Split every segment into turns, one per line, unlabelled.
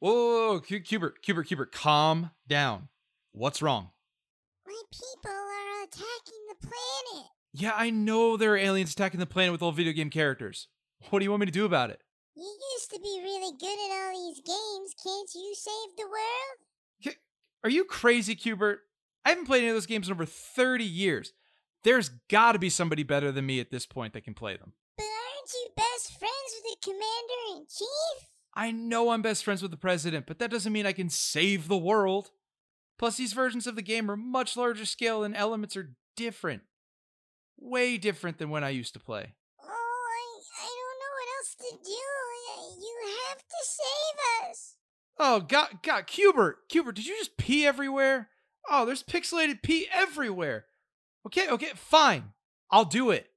Whoa, whoa, whoa, Cu- Cubert, Cubert, Cubert, calm down. What's wrong?
My people are attacking the planet.
Yeah, I know there are aliens attacking the planet with all video game characters. What do you want me to do about it?
You used to be really good at all these games. Can't you save the world?
Are you crazy, Cubert? I haven't played any of those games in over 30 years. There's got to be somebody better than me at this point that can play them.
But aren't you best friends with the commander in chief?
I know I'm best friends with the president, but that doesn't mean I can save the world. Plus, these versions of the game are much larger scale and elements are different. Way different than when I used to play.
Oh, I, I don't know what else to do. Y- You have to save us.
Oh, God, God, Cubert, Cubert, did you just pee everywhere? Oh, there's pixelated pee everywhere. Okay, okay, fine. I'll do it.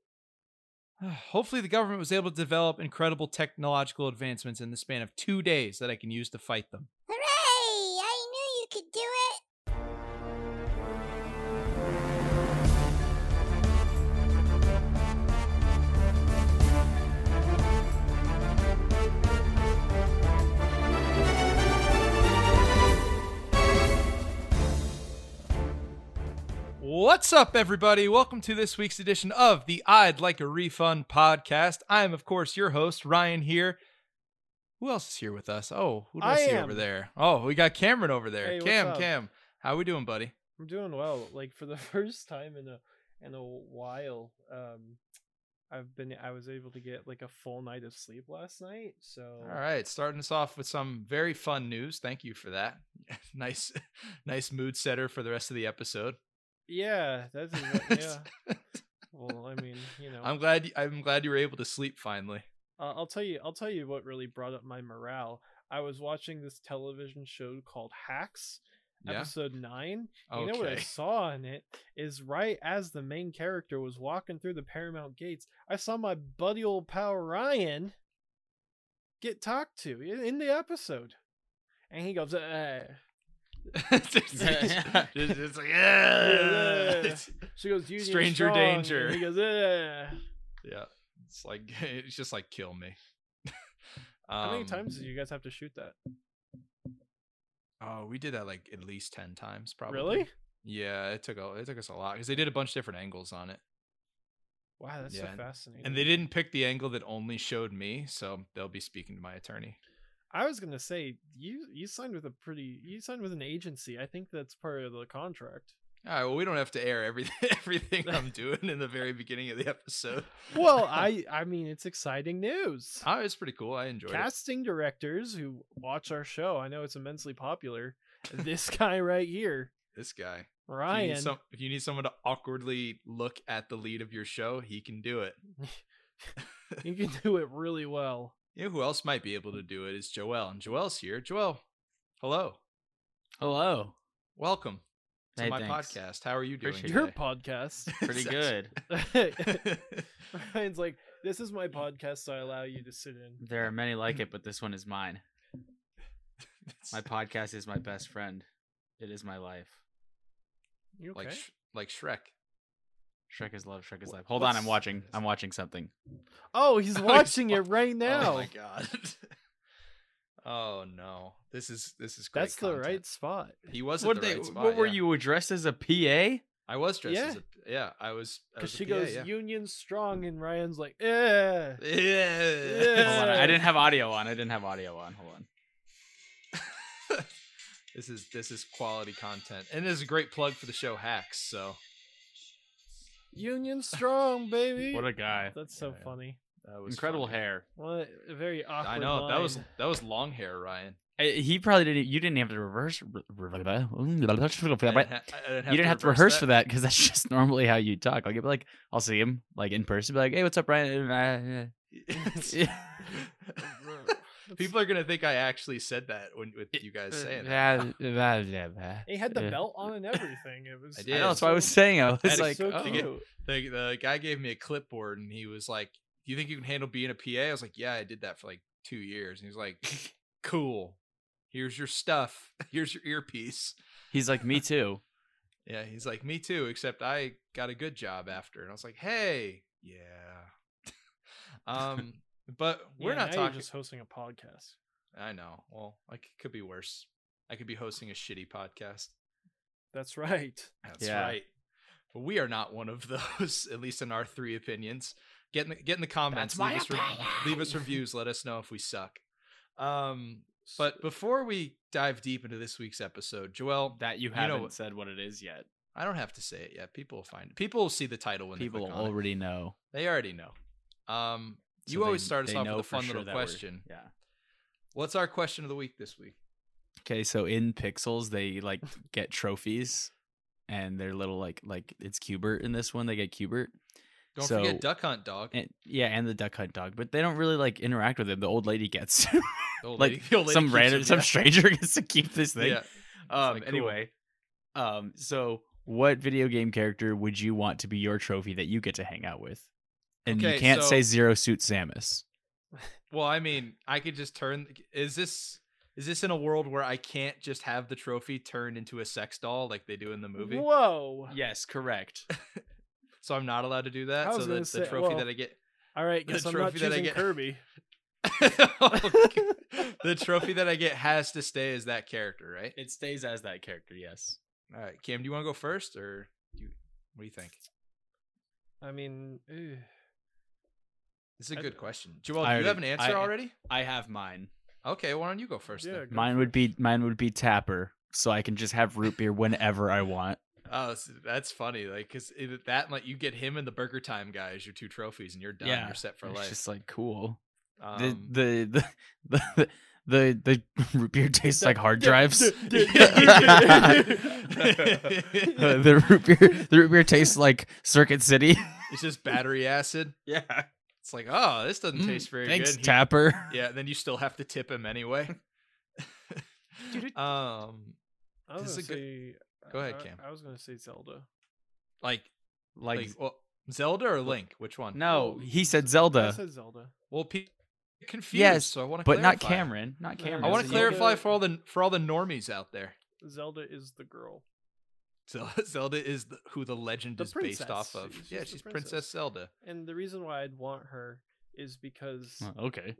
Hopefully, the government was able to develop incredible technological advancements in the span of two days that I can use to fight them.
Hooray! I knew you could do it.
What's up, everybody? Welcome to this week's edition of the I'd Like a Refund podcast. I am, of course, your host, Ryan here. Who else is here with us? Oh, who do I,
I
see
am.
over there? Oh, we got Cameron over there.
Hey, what's
Cam,
up?
Cam, how we doing, buddy?
I'm doing well. Like for the first time in a in a while, um, I've been I was able to get like a full night of sleep last night. So
All right, starting us off with some very fun news. Thank you for that. nice, nice mood setter for the rest of the episode.
yeah, that's exa- yeah. Well, I mean, you know,
I'm glad. I'm glad you were able to sleep finally.
uh, I'll tell you, I'll tell you what really brought up my morale. I was watching this television show called Hacks,
Yeah.
episode nine. You know what I
Okay.
saw in it is right as the main character was walking through the Paramount gates, I saw my buddy old pal Ryan get talked to i- in the episode, and he goes, "Eh."
Just- just- it's like, yeah.
Yeah. "She goes, you
Stranger danger.
He goes, "Eh."
Yeah. It's like it's just like kill me.
How many
Um,
times did you guys have to shoot that?
Oh, we did that like at least ten times, probably.
Really?
Yeah, it took a, it took us a lot because they did a bunch of different angles on it,
Wow, that's
Yeah,
so fascinating.
and they didn't pick the angle that only showed me, so they'll be speaking to my attorney.
I was gonna say you you signed with a pretty you signed with an agency. I think that's part of the contract.
All right, well, we don't have to air everything everything I'm doing in the very beginning of the episode.
Well, I I mean it's exciting news.
oh, it's pretty cool. I enjoyed it.
casting directors who watch our show. I know it's immensely popular. this guy right here,
This guy. If you,
Ryan.
need some, if you need someone to awkwardly look at the lead of your show, he can do it.
you can do it really well.
You know who else might be able to do it is Joel, and Joel's here. Joel, hello,
Hello.
welcome to
Hey,
my
thanks.
podcast. How are you doing?
Appreciate
Your
Okay.
podcast.
Pretty good.
Ryan's like, this is my podcast, so I allow you to sit in.
There are many like it, but this one is mine. My podcast is my best friend. It is my life.
You okay?
like Sh- like Shrek.
Shrek is love. Shrek is
Wha-
life. Hold on,
what's-
I'm watching. I'm watching something.
oh, he's
he's
watching
wa-
it right now.
Oh my god. oh no, this is this is great
That's the
content.
right spot.
He was at
What
the
they?
right spot,
what were
yeah.
you addressed as a PA?
I was dressed
Yeah.
as a yeah. I was I was
Because
a
she
PA,
goes
yeah.
Union Strong, and Ryan's like, eh.
Yeah.
Hold on,
Yeah.
I didn't have audio on. I didn't have audio on. Hold on.
this is this is quality content, and this is a great plug for the show Hacks. So
Union Strong, baby.
What a guy!
That's so
Yeah.
funny.
that was
Incredible
funny.
hair.
What a very awkward.
I know that was
line.
that was long hair, Ryan.
I- Eh, He probably didn't. You didn't have to reverse. You
I ha-
didn't
I didn't
have to rehearse for that because that's just normally how you talk. Like, it'd be like I'll see him like in person, be like, "Hey, what's up, Ryan?"
People are gonna think I actually said that when with you guys saying that.
He had the
Yeah.
belt on and everything. It was.
I
I
did.
know, that's what I was saying. I was
That is
like,
so
oh.
cute.
The, the guy gave me a clipboard and he was like, "Do you think you can handle being a PA?" I was like, "Yeah, I did that for like two years." And he was like, "Cool, here's your stuff. Here's your earpiece."
he's like, me too.
Yeah, he's like, "Me too," except I got a good job after. And I was like, "Hey, yeah." um, but we're
Yeah,
not
now you're
talking.
just hosting a podcast.
I know. Well, I c- could be worse. I could be hosting a shitty podcast.
That's right.
That's
Yeah.
right. But we are not one of those, at least in our three opinions. Get in the, get in the comments.
my
leave, us re- leave us reviews. Let us know if we suck. Um, but before we dive deep into this week's episode, Joel,
That you
know
haven't
what-
said what it is yet.
I don't have to say it yet. People will find it. People will see the title when
People
they click on it.
already know.
They already know. Um,
So
you
they-
always start us
they
off
know
with a
for
fun
sure
little
that we're-
question.
Yeah.
What's our question of the week this week?
Okay, so in Pixels they like get trophies and they're little like like it's Cubert in this one, they get Cubert.
Don't
So-
forget Duck Hunt Dog.
And yeah, and the duck hunt dog, but they don't really like interact with him. The old lady gets
The old
like
lady- the old lady
some
keeps
random
him,
some
yeah.
stranger gets to keep this thing.
Yeah.
Um
like, cool.
anyway. Um so what video game character would you want to be your trophy that you get to hang out with? And
Okay,
you can't say
so-
Zero Suit Samus.
Well, I mean, I could just turn. Is this is this in a world where I can't just have the trophy turned into a sex doll like they do in the movie?
Whoa.
Yes, correct.
So I'm not allowed to do
I
that. So
was
the,
gonna
the
say-
trophy
well-
that I get,
All right,
The
guess I'm not
trophy that I
choosing
get-
Kirby.
the trophy that I get has to stay as that character, right?
It stays as that character, yes.
All right, Cam, do you want to go first, or do you, what do you think?
I mean, eh,
This is a
I-
good question. Joel, do
I
you have an
already-
answer
I-
already?
I have mine.
Okay, why don't you go first?
yeah.
Then?
go
Mine
for
would
it.
be mine would be Tapper, so I can just have root beer whenever I want.
Oh, s- that's funny. Like, cause it- that like you get him and the Burger Time guy as your two trophies, and you're done.
Yeah,
You're set for
it's
life.
just like cool.
Um,
the, the, the the the the root beer tastes like hard drives. the
it's
root beer the root beer tastes like Circuit City.
just battery acid.
Yeah, Mm,
It's like, oh, this doesn't taste very
Thanks,
good. He-
Tapper.
yeah, then you still have to tip him anyway. um,
I was
This
gonna
is a
say.
Go ahead,
I-
Cam.
I was gonna say Zelda.
like,
like,
like, well, Zelda or Link? Which one?
no,
Oh,
he said
I
Zelda,
said Zelda.
Well, people are confused.
Yes,
so I want to,
but not Cameron. Not
No,
Cameron.
I want to
Zelda-
clarify for all the for all the normies out there.
Zelda is the girl.
So Zelda is the, who the legend
The
is based off
princess.
of.
She's
yeah,
just the
she's
princess.
Princess Zelda.
And the reason why I'd want her is because
Oh, Okay.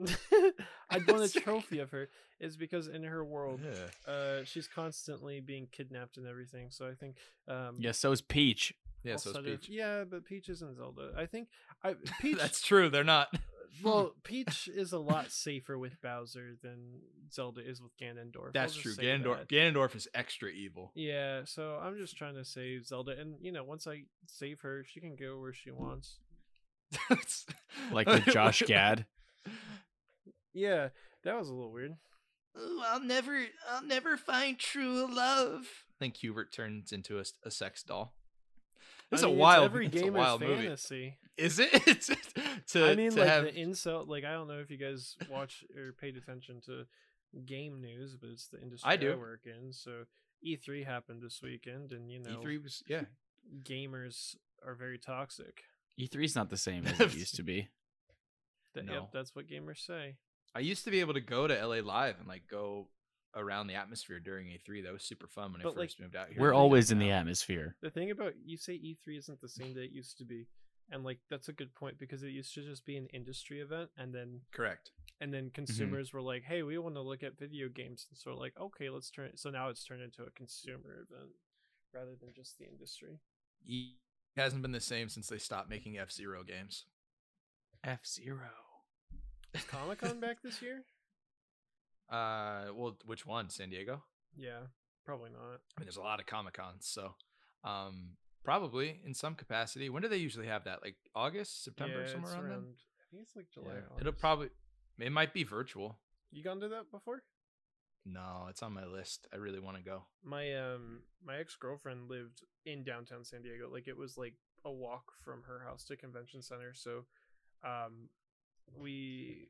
I'd want a trophy of her is because in her world,
Yeah.
uh, she's constantly being kidnapped and everything. So I think, um,
Yeah, so is Peach.
Yeah,
I'll
so
sort of-
Peach.
yeah, but Peach isn't Zelda. I think I Peach. uh,
That's true. They're not.
well, Peach is a lot safer with Bowser than Zelda is with Ganondorf. I'll
That's
just
true.
say
Ganondorf.
that.
Ganondorf is extra evil.
Yeah, so I'm just trying to save Zelda, and you know, once I save her, she can go where she wants.
Like with Josh Gad.
Yeah, that was a little weird.
Ooh, I'll never, I'll never find true love. I think Hubert turns into a, a sex doll.
I
This
mean,
is a
it's
wild,
Every
it's
game
a wild
is
movie.
fantasy.
Is it? It's- to,
I mean,
to
like
have,
the incel. Like I don't know if you guys watch or paid attention to game news, but it's the industry
do.
work in. So E3 happened this weekend, and you know,
E3 E was yeah.
gamers are very toxic.
E3's E not the same as it used to be.
That,
No.
Yep, that's what gamers say.
I used to be able to go to LA Live and like go around the atmosphere during E3. That was super fun when I
But,
first
like,
moved out here.
We're
but I
always in
don't
the
now.
atmosphere.
The thing about you say E3 isn't the same that it used to be, and like that's a good point because it used to just be an industry event, and then
Correct.
and then
Mm-hmm.
consumers were like, "Hey, we want to look at video games," and so we're like, "Okay, let's turn." it So now it's turned into a consumer event rather than just the industry.
E hasn't been the same since they stopped making F Zero games.
F Zero.
Comic Con back this year?
Uh, well, which one? San Diego.
Yeah, probably not.
I mean, there's a lot of Comic Cons, so um, probably in some capacity. When do they usually have that? Like August, September,
yeah,
somewhere
it's
around, then.
I think it's like
Yeah.
July.
It'll
August.
probably. It might be virtual.
You gone to that before?
No, it's on my list. I really want to go.
My um, my ex girlfriend lived in downtown San Diego. Like it was like a walk from her house to convention center. So, um, we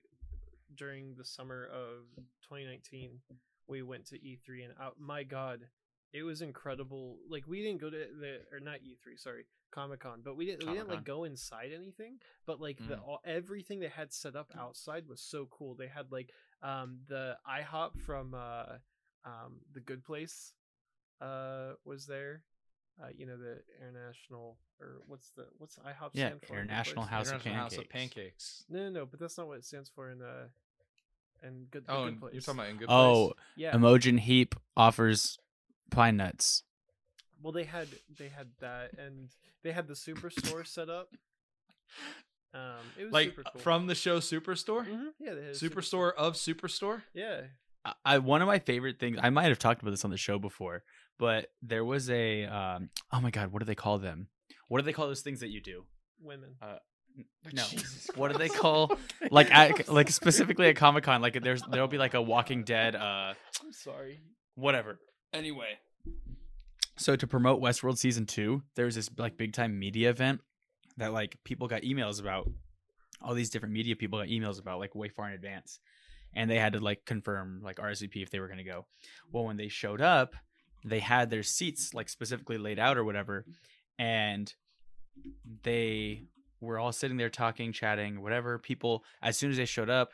during the summer of 2019 we went to E3 and out my god it was incredible like we didn't go to the or not E3 sorry Comic-Con but we didn't we didn't like
Comic-Con.
go inside anything but like the
Mm.
all, everything they had set up outside was so cool they had like um the IHOP from uh um the good place uh was there uh you know the international or what's the what's IHOP
Yeah,
stand for in Good
International
Place?
House of
International
Pancakes.
Pancakes.
No, no, no, but that's not what it stands for in uh and good.
Oh,
good
and
place.
you're talking about in good
Oh,
place.
yeah.
Emojin Heap offers pine nuts.
well, they had they had that, and they had the superstore set up. Um, it was
Like
uh,
super cool.
from the show Superstore?
Mhm, yeah, they had a
Superstore of Superstore?
Yeah,
I- I one of my favorite things. I might have talked about this on the show before, but there was a um, oh my god, what do they call them? What do they call those things that you do?
women.
No.
Jesus
What do they
Christ.
call-
Okay.
Like
I'm
at, like
sorry.
specifically at Comic Con, like there's there'll be like a Walking Dead uh
I'm sorry.
whatever. Anyway, so to promote Westworld season two, there was this like big time media event that like people got emails about. All these different media people got emails about like way far in advance, and they had to like confirm like RSVP if they were gonna go. Well, when they showed up, they had their seats like specifically laid out or whatever, and they were all sitting there talking, chatting, whatever. People, as soon as they showed up,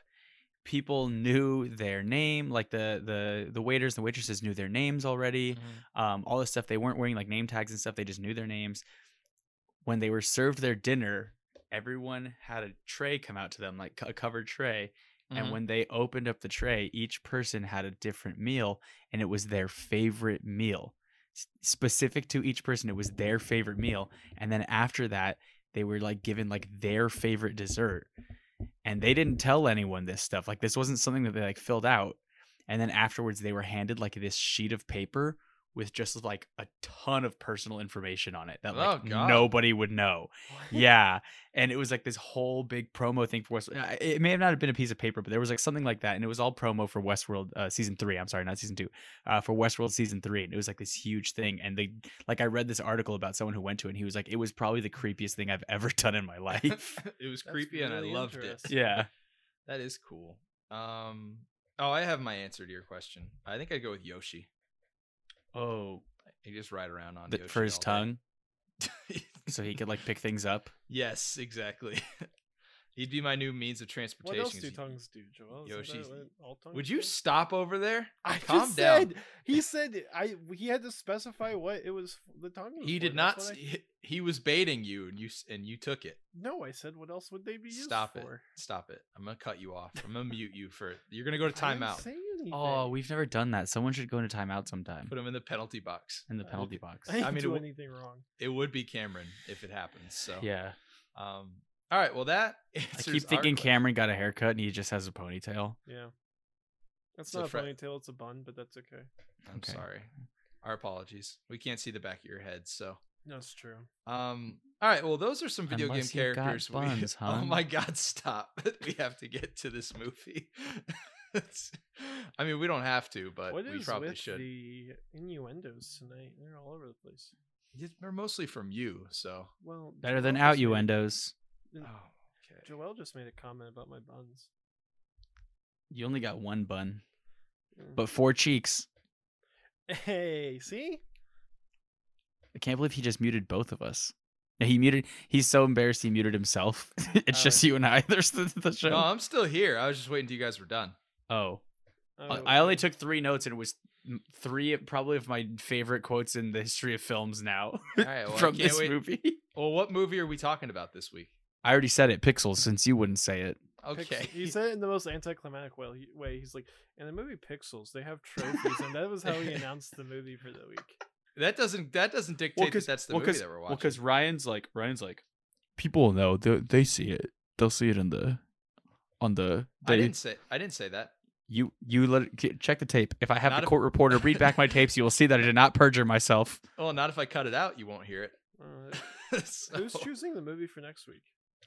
people knew their name. Like the the the waiters and waitresses knew their names already
Mhm.
um, all this stuff. They weren't wearing like name tags and stuff. They just knew their names. When they were served their dinner, everyone had a tray come out to them, like a covered tray.
Mhm.
And when they opened up the tray, each person had a different meal, and it was their favorite meal. S- Specific to each person, it was their favorite meal. And then after that, they were like given like their favorite dessert. And they didn't tell anyone this stuff. Like this wasn't something that they like filled out. And then afterwards, they were handed like this sheet of paper with just like a ton of personal information on it that like
Oh, God.
nobody would know. yeah, and it was like this whole big promo thing for West. uh, It may have not have been a piece of paper, but there was like something like that, and it was all promo for Westworld uh, season three. I'm sorry, not season two, uh, for Westworld season three, and it was like this huge thing. And they like I read this article about someone who went to it, and he was like, it was probably the creepiest thing I've ever done in my life.
it was
That's
creepy and I
really
loved it.
interesting.
yeah,
That is cool. Um oh, I have my answer to your question. I think I'd go with Yoshi.
oh,
You just ride around on
the,
Yoshi
for his
all day.
tongue, so he could like pick things up.
yes, exactly. He'd be my new means of
What
transportation.
else
is
do
y-
tongues do, Joel? Isn't that
Yoshi's-
what all tongues
Would you
do?
stop over there?
I
Calm
just
down.
said he said I. He had to specify what it was. f- The tongue. was
He
for.
did not.
That's
s-
what I-
He, he was baiting you, and you s- and you took it.
no, I said what else would they be used
Stop it!
for?
Stop it! I'm gonna cut you off. I'm gonna mute you for. You're gonna go to
I didn't
timeout.
say anything.
Oh, we've never done that. Someone should go into timeout sometime
Put him in the penalty box.
in the
Uh,
penalty box.
I didn't
I mean, it
do
w-
anything wrong.
It would be Cameron if it happens. So
Yeah.
Um. All right. Well, that.
I
answers
keep
our question.
thinking Cameron got a haircut and he just has a ponytail.
Yeah. That's
So
not a
Fre-
ponytail, it's a bun, but that's okay.
I'm
Okay.
sorry. Our apologies. We can't see the back of your head, so.
That's true.
Um. All right. Well, those are some video
Unless
game
you've got
characters.
buns,
we, Oh
hon.
my God! Stop. we have to get to this movie. It's- I mean, we don't have to, but
What is
we probably
with
should.
the innuendos tonight? They're all over the place.
Yeah, They're mostly from you, so.
Well,
Better than
Joel
out
just
you,
made a-
Endos.
Oh,
n-
okay.
Joel just made a comment about my buns.
You only got one bun,
Mm.
but four cheeks.
hey, see?
I can't believe he just muted both of us. No, he muted. He's so embarrassed he muted himself. it's
Uh,
Oh.
just you and I. There's the, the show.
No, I'm still here. I was just waiting till you guys were done.
oh,
Oh,
I- I only
okay.
took three notes and it was m- three of- probably of my favorite quotes in the history of films now
All right. Well, I
from
can't
this
wait.
movie.
Well, what movie are we talking about this week?
I already said it, Pixels, since you wouldn't say it.
Pix-
Okay.
He said it in the most anticlimactic way. He- way. He's like, in the movie Pixels, they have trophies, and that was how he announced the movie for the week.
That doesn't that doesn't dictate that
'cause-
that's the
well,
movie
'cause-
that we're
Well,
watching.
because Ryan's like Ryan's like, people will know. They they see it. They'll see it in the, on the.
I
They,
didn't say I didn't say that.
you you let it, c- check the tape. If I have
Not
the
if-
court reporter read back my tapes, you will see that I did not perjure myself.
Well, not if I cut it out, you won't hear it.
Uh,
So,
who's choosing the movie for next week?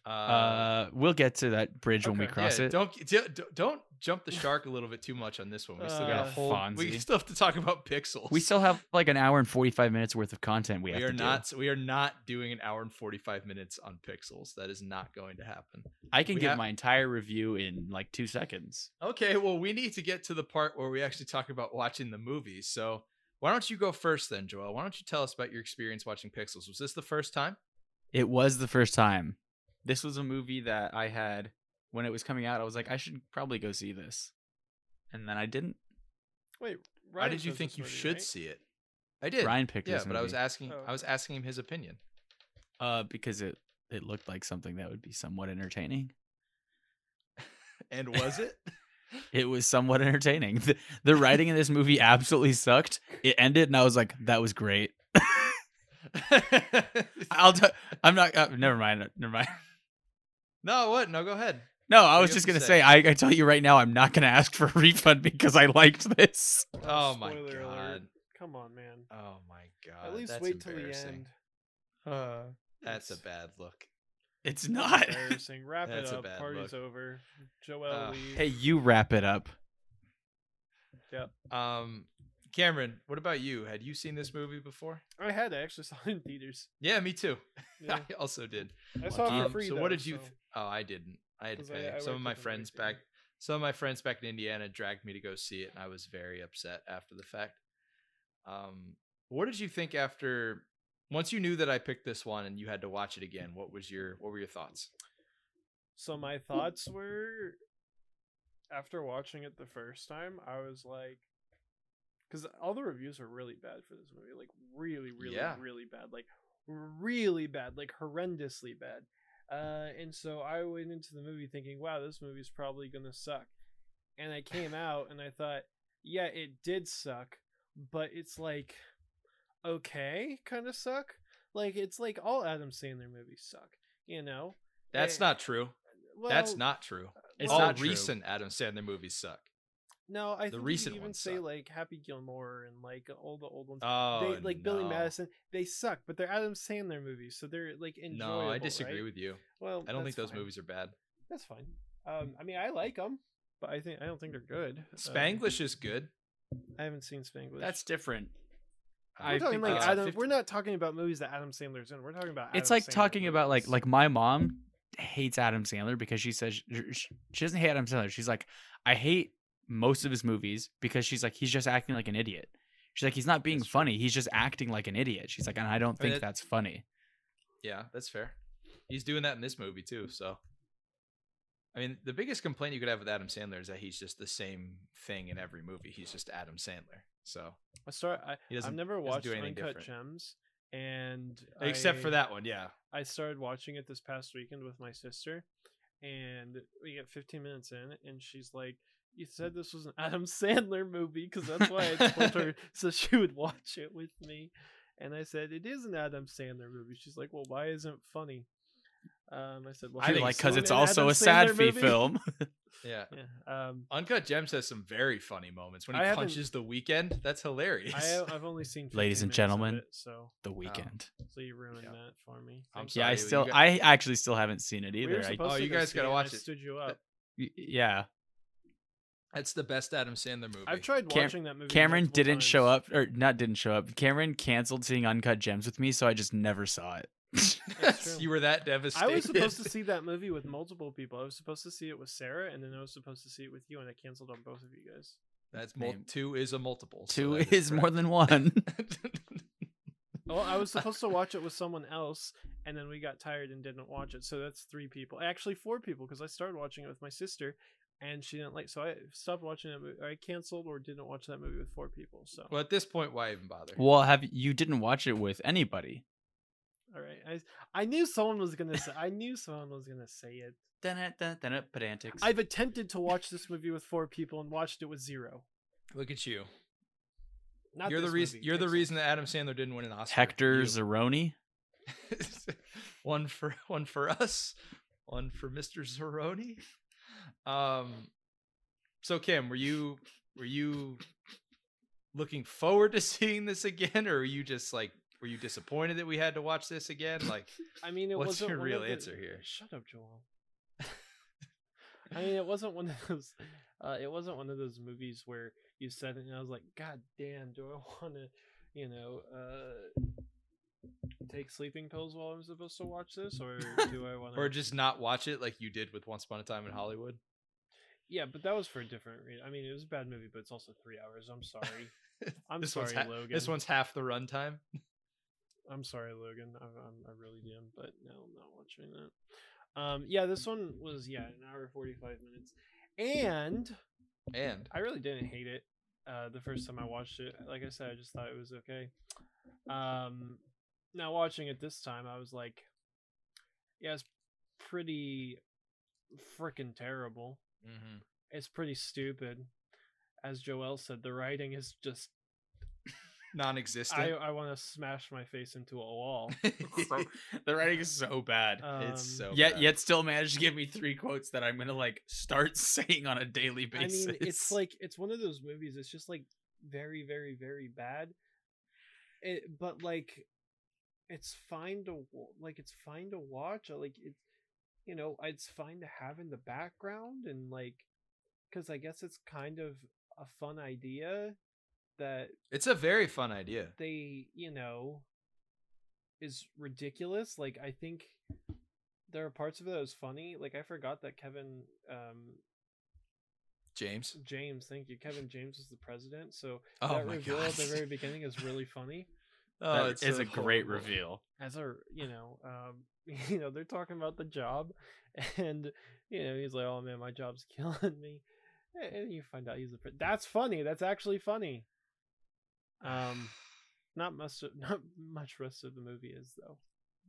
uh,
Uh, we'll get to that bridge when we
okay.
cross
yeah,
it.
Don't d- d- don't jump the shark a little bit too much on this one. We still got a
Uh,
whole. We
Fonzie.
still have to talk about pixels.
We still have like an hour and forty five minutes worth of content. We,
We
have
are
to do.
not. We are not doing an hour and forty five minutes on pixels. That is not going to happen.
I can
we
give
have-
my entire review in like two seconds.
Okay. Well, we need to get to the part where we actually talk about watching the movie. So why don't you go first then, Joel? Why don't you tell us about your experience watching pixels? Was this the first time?
It was the first time. This was a movie that I had when it was coming out. I was like, I should probably go see this, and then I didn't.
Wait,
Why
Ryan
did you
chose
think
this
you
movie,
should
right?
see it? I did.
Ryan picked
yeah,
this
but I was
movie.
asking.
Oh,
I was
okay.
asking him his opinion.
Uh, because it it looked like something that would be somewhat entertaining.
And was it?
It was somewhat entertaining. The, the writing in this movie absolutely sucked. It ended, and I was like, "That was great." I'll. T- I'm not. Uh, never mind. Never mind.
no, what? No, go ahead.
No, I
do
was
you
just
have
gonna
to
say.
say?
I, I tell you right now, I'm not gonna ask for a refund because I liked this.
Oh my
Spoiler
god.
alert. Come on, man.
Oh my god.
At least
that's
wait till the
embarrassing.
end. Uh,
That's a
it's
bad look.
It's not.
embarrassing. Wrap it
That's a
up.
bad
Party's
look.
over. Joel
Uh,
leaves.
hey, you wrap it up.
Um, Cameron, what about you? Had you seen this movie before?
I had I actually saw it in theaters.
Yeah, me too.
Yeah.
I also did.
I saw it Oh, for
Um,
free.
so
though,
what did you?
so-
Th- oh, I didn't. I had to
'Cause I-
pay.
I
some
worked
of
at
my
the movie
friends
theater.
back. Some of my friends back in Indiana dragged me to go see it, and I was very upset after the fact. Um, what did you think after? Once you knew that I picked this one and you had to watch it again, what was your what were your thoughts?
So my thoughts were after watching it the first time, I was like cuz all the reviews were really bad for this movie, like really really
Yeah.
really bad, like really bad, like horrendously bad. Uh and so I went into the movie thinking, wow, this movie's probably going to suck. And I came out and I thought, yeah, it did suck, but it's like okay, kind of suck. Like it's like all Adam Sandler movies suck, you know?
That's
Eh,
not true. That's
well,
not true.
It's
All
not true.
recent Adam Sandler movies suck.
No, I
The
think you could
recent
even
ones
say
suck.
like Happy Gilmore and like all the old ones.
Oh,
they, like Billy
no.
Madison, they suck, but they're Adam Sandler movies, so they're like enjoyable.
No, I disagree
right?
with you.
Well,
I don't think
that's
those
fine.
movies are bad.
That's fine. Um, I mean, I like them, but I think I don't think they're good. Um,
Spanglish is good.
I haven't seen Spanglish.
That's different.
we're
I
talking
think
like
it's a
Adam.
50
We're not talking about movies that Adam Sandler's in. We're talking about.
It's
Adam
like
Sandler
talking about like
movies.
like my mom hates Adam Sandler because she says she, she doesn't hate Adam Sandler. She's like, I hate most of his movies because she's like he's just acting like an idiot. She's like he's not being
That's true.
funny. He's just acting like an idiot. She's like, and I
I
don't
mean,
think
that-
that's funny.
Yeah, that's fair. He's doing that in this movie too. So, I mean, the biggest complaint you could have with Adam Sandler is that he's just the same thing in every movie. He's just Adam Sandler. So,
I start. I,
He
I've
doesn't-
never
doesn't
watched
do anything
Uncut
different.
Gems, and
except for
I-
that one, yeah.
I started watching it this past weekend with my sister, and we get 15 minutes in, and she's like, "You said this was an Adam Sandler movie, because that's why I told her so she would watch it with me." And I said, "It is an Adam Sandler movie." She's like, "Well, why isn't it funny?" Um, I said, "Well,
I
You're
think
like
so.
because
seen
it's
an
also
Adam
a sad
Sandler
fee
movie."
film.
Yeah.
Yeah, um,
Uncut Gems has some very funny moments when
I
he
haven't-
punches the weekend. That's hilarious.
I, have- I've only seen
Ladies
15 minutes
and
of
gentlemen.
it, so
the weekend.
so you ruined
Yeah.
that for me.
I'm
Thank Oh, you.
Um, yeah, I
Sorry, you
still
got-
I actually still haven't seen it
We were
either. I,
supposed
Oh,
to
you guys
see
gotta
and I
watch it.
Stood you up.
y- yeah,
That's the best Adam Sandler movie.
I've tried
Cam-
watching that movie.
Cameron
multiple
didn't show
times.
up or not didn't show up. Cameron canceled seeing Uncut Gems with me, so I just never saw it.
That's true.
you were that
I
devastated.
was supposed to see that movie with multiple people. I was supposed to see it with Sarah, and then I was supposed to see it with you, and I canceled on both of you guys.
That's mul-
Name.
two is a multiple. so
Two
that
is more
correct.
than one.
Well, Oh, I was supposed to watch it with someone else, and then we got tired and didn't watch it. So that's three people, actually four people, because I started watching it with my sister, and she didn't like. So I stopped watching it. Or I canceled or didn't watch that movie with four people. So
well, at this point, why even bother?
well, have you didn't watch it with anybody?
all right, I, I knew someone was gonna say. I knew someone was gonna say it.
Then it then it pedantics.
I've attempted to watch this movie with four people and watched it with zero.
Look at you.
Not
you're the
this
reason.
movie,
You're the
Pixar.
reason that Adam Sandler didn't win an Oscar.
Hector
You.
Zeroni.
one for one for us, one for Mr. Zeroni. Um, so Kim, were you were you looking forward to seeing this again, or were you just like were you disappointed that we had to watch this again? Like,
I mean, it
What's
wasn't
your
one
real
of the-
answer here?
Shut up, Joel. I mean, it wasn't one of those. Uh, it wasn't one of those movies where you said it and I was like, God damn, do I want to, you know, uh, take sleeping pills while I'm supposed to watch this, or do I want to?
or just not watch it like you did with Once Upon a Time in Hollywood?
yeah, but that was for a different reason. I mean, it was a bad movie, but it's also three hours. I'm sorry. I'm
this
sorry,
one's ha-
Logan.
This one's half the runtime.
I'm sorry, Logan. I, I'm, I really am, but no, I'm not watching that. Um, yeah, this one was yeah an hour and forty five minutes, and
And
I really didn't hate it. Uh, the first time I watched it, like I said, I just thought it was okay. Um, now watching it this time, I was like, yeah, it's pretty freaking terrible.
Mhm.
It's pretty stupid. As Joel said, the writing is just I,
non-existent.
I want to smash my face into a wall.
So- the writing is so bad.
Um,
it's so
yet,
bad.
yet still managed to give me three quotes that I'm gonna like start saying on a daily
I
basis.
mean, it's like it's one of those movies. It's just like very, very, very bad. It, but like, it's fine to wa- like. It's fine to watch. uh, Like it's, you know, it's fine to have in the background and like, because I guess it's kind of a fun idea that
It's a very fun idea.
they you know is ridiculous like i think there are parts of it that was funny like i forgot that kevin um
James.
james thank you kevin james was the president so
Oh
that
my
reveal
god.
at the very beginning is really funny
Oh,
That is
so
uh, a great
horrible.
reveal.
as a you know um you know they're talking about the job and you know he's like oh man my job's killing me A- and you find out he's the pre- that's funny that's actually funny um not much of- not much rest of the movie is though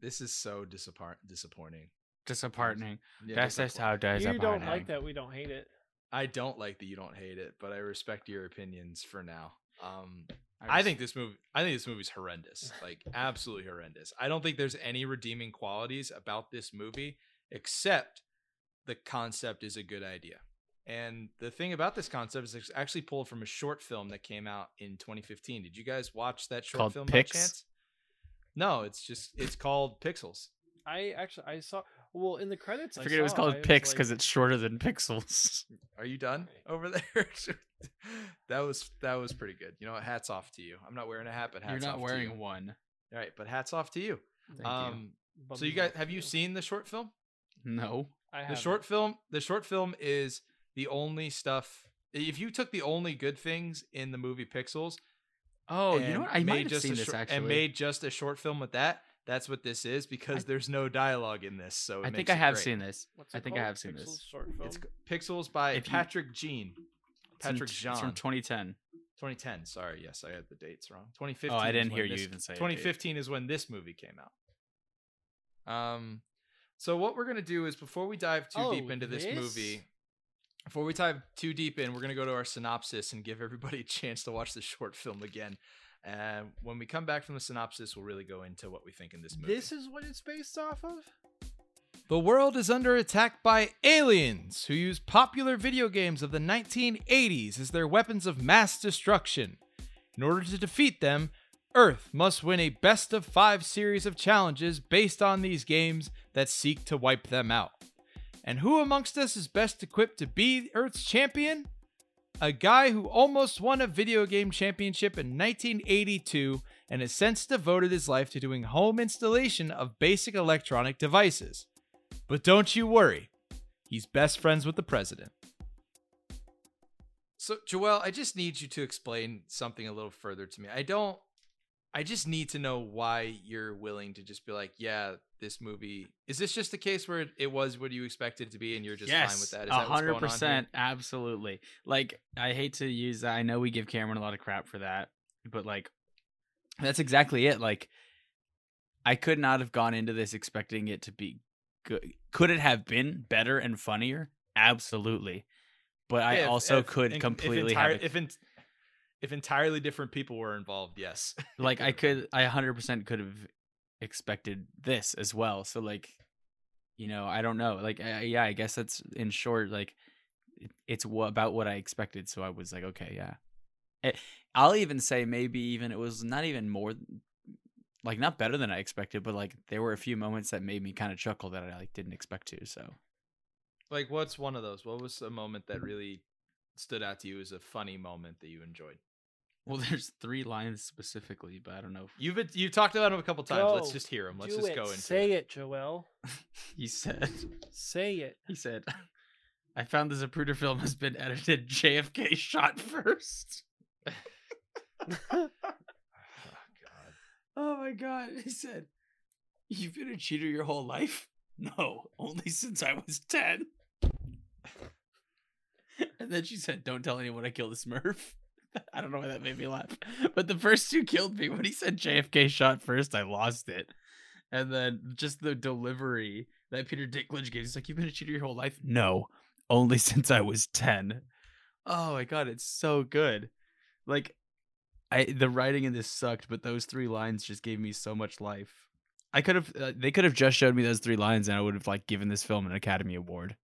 This is so disappoint disappointing.
Disappointing.
Yeah,
that's just
disappointing.
how does
you don't like that we don't hate it
I don't like that you don't hate it, but I respect your opinions for now. Um, I think this movie, I think this movie's horrendous, like absolutely horrendous. I don't think there's any redeeming qualities about this movie except the concept is a good idea. And the thing about this concept is it's actually pulled from a short film that came out in 2015. Did you guys watch that short
Called
film
Pix?
by chance? No, it's just it's called Pixels.
i actually i saw well in the credits
I forget it was
saw,
called
I
Pix because
like-
it's shorter than Pixels.
Are you done over there? that was that was pretty good. You know what? Hats off to you. I'm not wearing a hat, but hats off to you.
one.
All right, but hats off to you.
Thank
um, so
bums
you guys
off
have you
too.
seen the short film?
you. No.
I
The
haven't.
short film, the short film is the only stuff. If you took the only good things in the movie Pixels,
Oh, you
and
know what? I
made
might have
just a
seen this
shor-
actually.
and made just a short film with that. That's what this is because
I-
there's no dialogue in this. So it
I think
makes
I
it
have
great.
seen this.
What's
I
it
think I
called?
have seen this.
Pixels short film?
It's c- Pixels by
If you-
Patrick Jean,
It's from
Patrick
t- it's
Jean,
from 2010.
2010. Sorry, yes, I had the dates wrong. 2015.
oh, I
is
didn't
when
hear you
this-
even say. a date.
2015 is when this movie came out. Um, so what we're gonna do is before we dive too deep
Oh,
into this,
this?
movie, before we dive too deep in, we're gonna go to our synopsis and give everybody a chance to watch the short film again. And when we come back from the synopsis, we'll really go into what we think in this movie.
This is what it's based off of.
The world is under attack by aliens who use popular video games of the 1980s as their weapons of mass destruction. In order to defeat them, Earth must win a best of five series of challenges based on these games that seek to wipe them out. And who amongst us is best equipped to be Earth's champion? A guy who almost won a video game championship in 1982 and has since devoted his life to doing home installation of basic electronic devices. But don't you worry, he's best friends with the president. So, Joel, I just need you to explain something a little further to me. I don't, I just need to know why you're willing to just be like, yeah, this movie. Is this just a case where it, it was what you expected it to be and you're just fine with that? Is that what's going on here?
absolutely. Like, I hate to use that. I know we give Cameron a lot of crap for that, but like, that's exactly it. Like, I could not have gone into this expecting it to be good. Could it have been better and funnier? Absolutely. But I
If-
also
if-
could
in- if
completely
entire-
have it.
if en- if entirely different people were involved, yes.
like I could I 100% could have expected this as well. So like you know, I don't know. Like I, I- yeah, I guess that's in short like it- it's wha- about what I expected so I was like okay, yeah. Eh, I'll even say maybe even it was not even more th- like not better than I expected, but like there were a few moments that made me kind of chuckle that I like didn't expect to. So
Like, what's one of those? What was a moment that really stood out to you as a funny moment that you enjoyed?
well, there's three lines specifically, but I don't know.
You've been, you've talked about him a couple times. Let's
Go.
just hear him. Let's
Do
just
it.
go into
Say
it.
it, Joel.
If he said
Say it.
He said, I found the Zapruder film has been edited JFK shot first. Oh my god. He said, You've been a cheater your whole life? No, only since I was 10. and then she said, Don't tell anyone I killed a smurf. I don't know why that made me laugh. But the first two killed me. When he said JFK shot first, I lost it. And then just the delivery that Peter Dinklage gives, he's like, You've been a cheater your whole life? No, only since I was 10. Oh my god, it's so good. Like I the writing in this sucked, but those three lines just gave me so much life. I could have uh, they could have just showed me those three lines and I would have like given this film an Academy Award.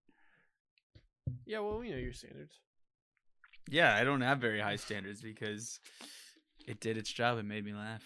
Yeah, well, we know your standards.
Yeah, I don't have very high standards because it did its job and made me laugh.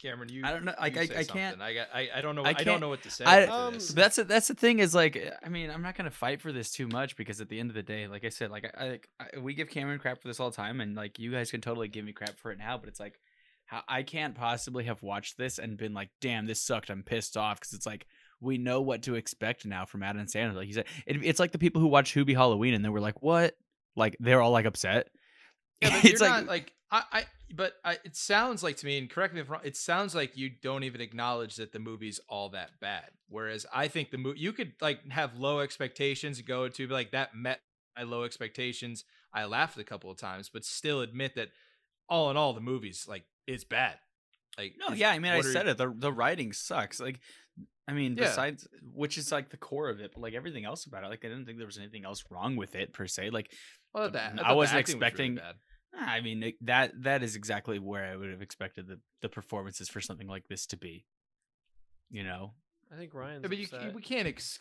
Cameron, you.
I don't know, like,
you
I-
say
I can't-
something. I got. I, I don't know.
I
I,
can't-
don't know what to say.
I-
after
um,
this.
So that's that's the thing is like I mean I'm not gonna fight for this too much because at the end of the day like I said like I, I, like, I we give Cameron crap for this all the time and like you guys can totally give me crap for it now but it's like how I can't possibly have watched this and been like damn this sucked I'm pissed off because it's like we know what to expect now from Adam Sandler like you said it, it's like the people who watch Who Be Halloween and they were like what like they're all like upset
Yeah, but
it's
you're
like
not like I, I but I, it sounds like to me, and correct me if I'm wrong, it sounds like you don't even acknowledge that the movie's all that bad. Whereas I think the movie you could like have low expectations and go to be like that met my low expectations. I laughed a couple of times, but still admit that all in all the movie's like it's bad. Like
No,
it's-
yeah, I mean, I
what are-
said it. The the writing sucks. Like, I mean,
Yeah.
besides which is like the core of it, but like everything else about it, like I didn't think there was anything else wrong with it per se. Like,
well,
the-
the-
I
thought the
wasn't
acting was really
expecting-
bad.
I mean, it- that that is exactly where I would have expected the the performances for something like this to be. You know,
I think Ryan's.
Yeah, but you,
upset.
we can't. Ex-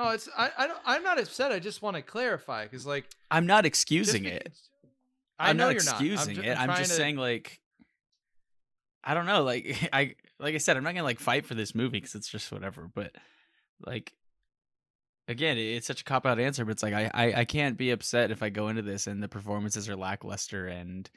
oh, it's I, I don't, I'm not upset. I just want to clarify because like
I'm not
just
excusing
beca-
it.
I
am
know
not
you're not. I'm
excusing
ju-
it. I'm,
trying
just
to-
saying like. I don't know, like I like I said, I'm not gonna like fight for this movie because it's just whatever. But like, again, it- it's such a cop out answer, but it's like I, I I can't be upset if I go into this and the performances are lackluster and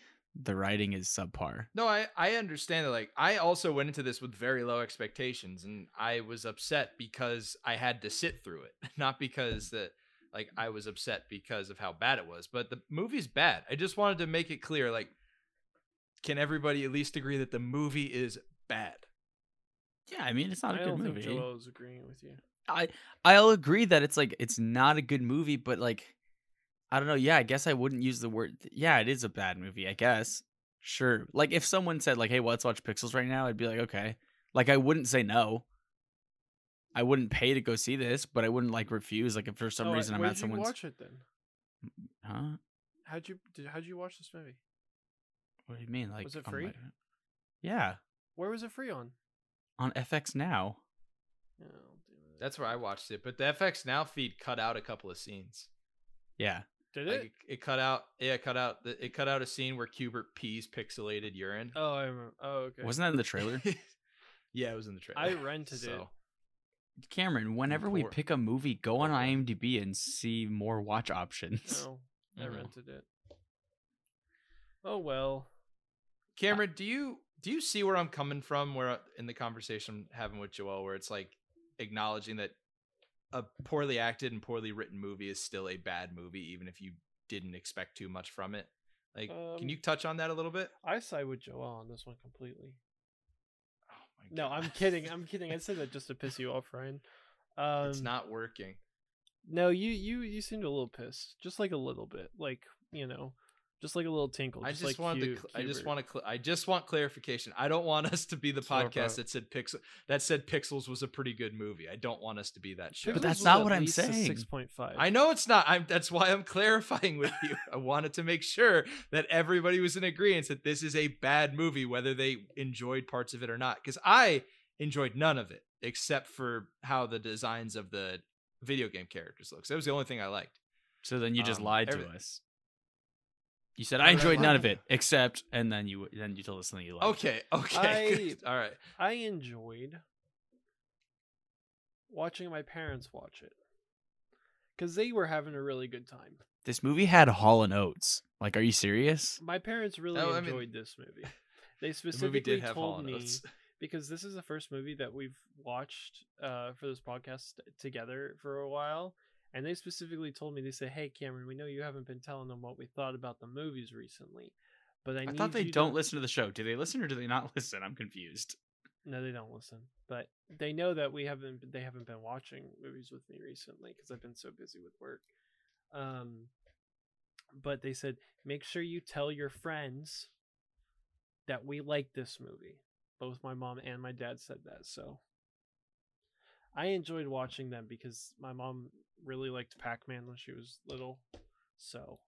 the writing is subpar.
No, I I understand that. Like I also went into this with very low expectations, and I was upset because I had to sit through it, not because that like I was upset because of how bad it was. But the movie's bad. I just wanted to make it clear. Like, can everybody at least agree that the movie is bad?
Yeah, I mean, it's
I
not a good
don't
movie.
think Joel's agreeing with you.
I I'll agree that it's like it's not a good movie, but like I don't know. Yeah, I guess I wouldn't use the word. Yeah, it is a bad movie. I guess. Sure. Like if someone said like, "Hey, well, let's watch Pixels right now," I'd be like, "Okay." Like I wouldn't say no. I wouldn't pay to go see this, but I wouldn't like refuse. Like if for some
Oh, I-
reason I'm
where
at
did you
someone's.
watch it then?
Huh?
How'd you did, how'd you watch this movie?
What do you mean? Like
Was it
on
free?
my- Yeah,
Where was it free on?
on FX now.
Oh, damn it.
That's where I watched it. But the FX Now feed cut out a couple of scenes.
Yeah.
did
Like
it?
it, it cut out. Yeah, it cut out. The, it cut out a scene where Cubert pees pixelated urine.
oh, I remember. Oh, okay.
Wasn't that in the trailer?
yeah, it was in the trailer.
I rented it.
Cameron, whenever we
poor-
pick a movie, go
poor
on
guy.
IMDb and see more watch options.
No, I
Mhm.
rented it. Oh well.
Cameron, do you do you see where I'm coming from? Where I- in the conversation I'm having with Joel, where it's like acknowledging that a poorly acted and poorly written movie is still a bad movie, even if you didn't expect too much from it. Like,
Um,
can you touch on that a little bit?
I side with Joel on this one completely.
Oh my
No, I'm
God.
kidding. I'm kidding. I said that just to piss you off, Ryan. Um,
it's not working.
No, you you you seemed a little pissed, just like a little bit, like you know, just like a little tinkle.
I
Just
just
like
wanted
Q-
to. Cl- I just
Qbert.
want to. Cl- I just want clarification. I don't want us to be the
That's what I
podcast
thought.
that said pixel that said Pixels was a pretty good movie. I don't want us to be that show.
Pixels
that's
was
not
at
what I'm
least a
saying.
Six point five.
I know it's not. I'm that's why I'm clarifying with you. I wanted to make sure that everybody was in agreement that this is a bad movie, whether they enjoyed parts of it or not. Because I enjoyed none of it except for how the designs of the video game characters looks. That was the only thing I liked.
So then you just
Um,
lied
every-
to us. You said
I
I
read
enjoyed none of
mine.
it except, and then you then you told us something you liked.
Okay. Okay. good. All right.
I enjoyed watching my parents watch it because they were having a really good time.
This movie had Hall and Oates. Like, are you serious?
My parents really
Oh, I mean-
enjoyed this movie.
The
They
movie
specifically
did have
told
Hall
me
notes.
because this is the first movie that we've watched uh, for this podcast together for a while. And they specifically told me, they said, Hey, Cameron, we know you haven't been telling them what we thought about the movies recently, but I,
I,
need
thought they
you to-"
don't listen to the show. Do they listen or do they not listen? I'm confused.
No, they don't listen, but
Mm.
they know that we haven't, they haven't been watching movies with me recently because I've been so busy with work. Um, but they said, Make sure you tell your friends that we like this movie. Both my mom and my dad said that, so I enjoyed watching them because my mom really liked Pac-Man when she was little, so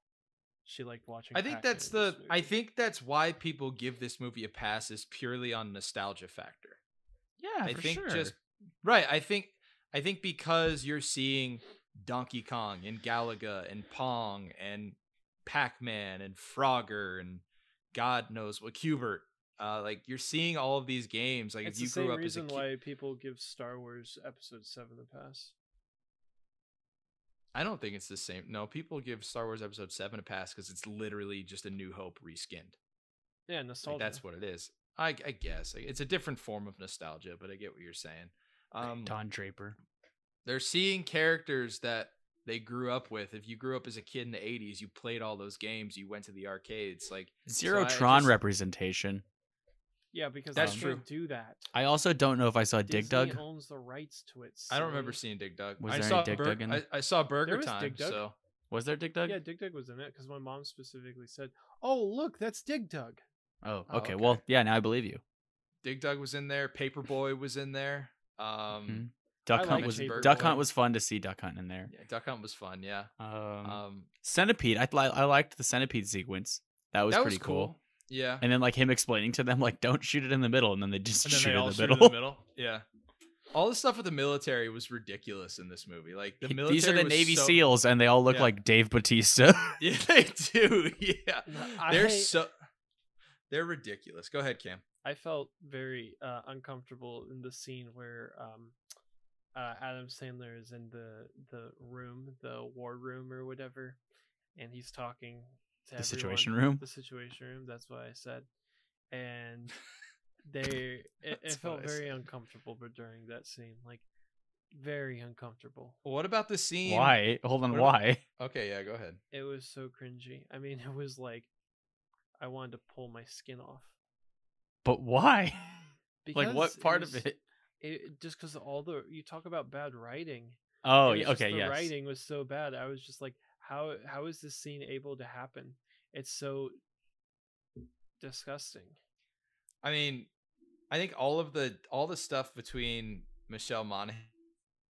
she liked watching.
I think
Pac-Man
that's
in
the.
this
I
movie.
think that's why people give this movie a pass is purely on nostalgia factor.
Yeah,
I think just right. I think I think because you're seeing Donkey Kong and Galaga and Pong and Pac-Man and Frogger and God knows what Cubert. Uh, like you're seeing all of these games. Like
it's
if you
the same
grew up as a
reason
kid,
why people give Star Wars Episode Seven the pass.
I don't think it's the same. No, people give Star Wars Episode Seven a pass because it's literally just a New Hope reskinned.
Yeah,
Like,
nostalgia.
that's what it is. I, I guess Like, it's a different form of nostalgia, but I get what you're saying. Um,
Don Draper.
they're seeing characters that they grew up with. If you grew up as a kid in the 80s, you played all those games, you went to the arcades. Like,
Zero
I
Tron
just-
representation.
Yeah, because
That's
they
true.
can't do that.
I also don't know if I saw Uh, Dig
Disney
Dug.
owns the rights to it.
I don't remember
silly.
seeing Dig Dug.
Was
I
there any
saw
Dig
Bur-
Dug in
I,
it?
I saw Burger
There was
Time.
Dig Dug.
So
Was there Dig Dug?
Yeah, Dig Dug was in it because my mom specifically said, "Oh, look, that's Dig Dug."
Oh,
Oh,
okay.
okay.
Well, yeah. Now I believe you.
Dig Dug was in there. Paperboy was in there. Um,
Mhm. Duck
like
Hunt was
Paperboy.
Duck Hunt was fun to see Duck Hunt in there.
yeah, Duck Hunt was fun. Yeah.
Mm-hmm. Um,
Um,
Centipede. I li- I liked the Centipede sequence. That was
that
pretty
was
cool.
cool. Yeah.
And then like him explaining to them like don't shoot it in the middle, and then they just
and then
shoot
they
it
all
in the
shoot
middle.
in the middle. Yeah. All the stuff with the military was ridiculous in this movie. Like the military.
These are the
was
Navy
so-
SEALs, and they all look
Yeah.
like Dave Batista.
Yeah, they do. Yeah. They're
I-
so. They're ridiculous. Go ahead, Cam.
I felt very uh, uncomfortable in the scene where um, uh, Adam Sandler is in the the room, the war room or whatever, and he's talking to
the
everyone.
Situation Room.
The situation room. That's what I said, and they it, it
That's
felt
what I
very uncomfortable. But during that scene, like very uncomfortable.
What about the scene?
Why? Hold on.
What about-
Why?
Okay, yeah, go ahead.
It was so cringy. I mean, it was like I wanted to pull my skin off.
But why? like
Because
what part
was-
of it?
it just because all the you talk about bad writing.
Oh,
it
yeah,
was just
okay,
the
yes.
Writing was so bad. I was just like, how how is this scene able to happen? It's so disgusting.
I mean, I think all of the all the stuff between Michelle Monaghan,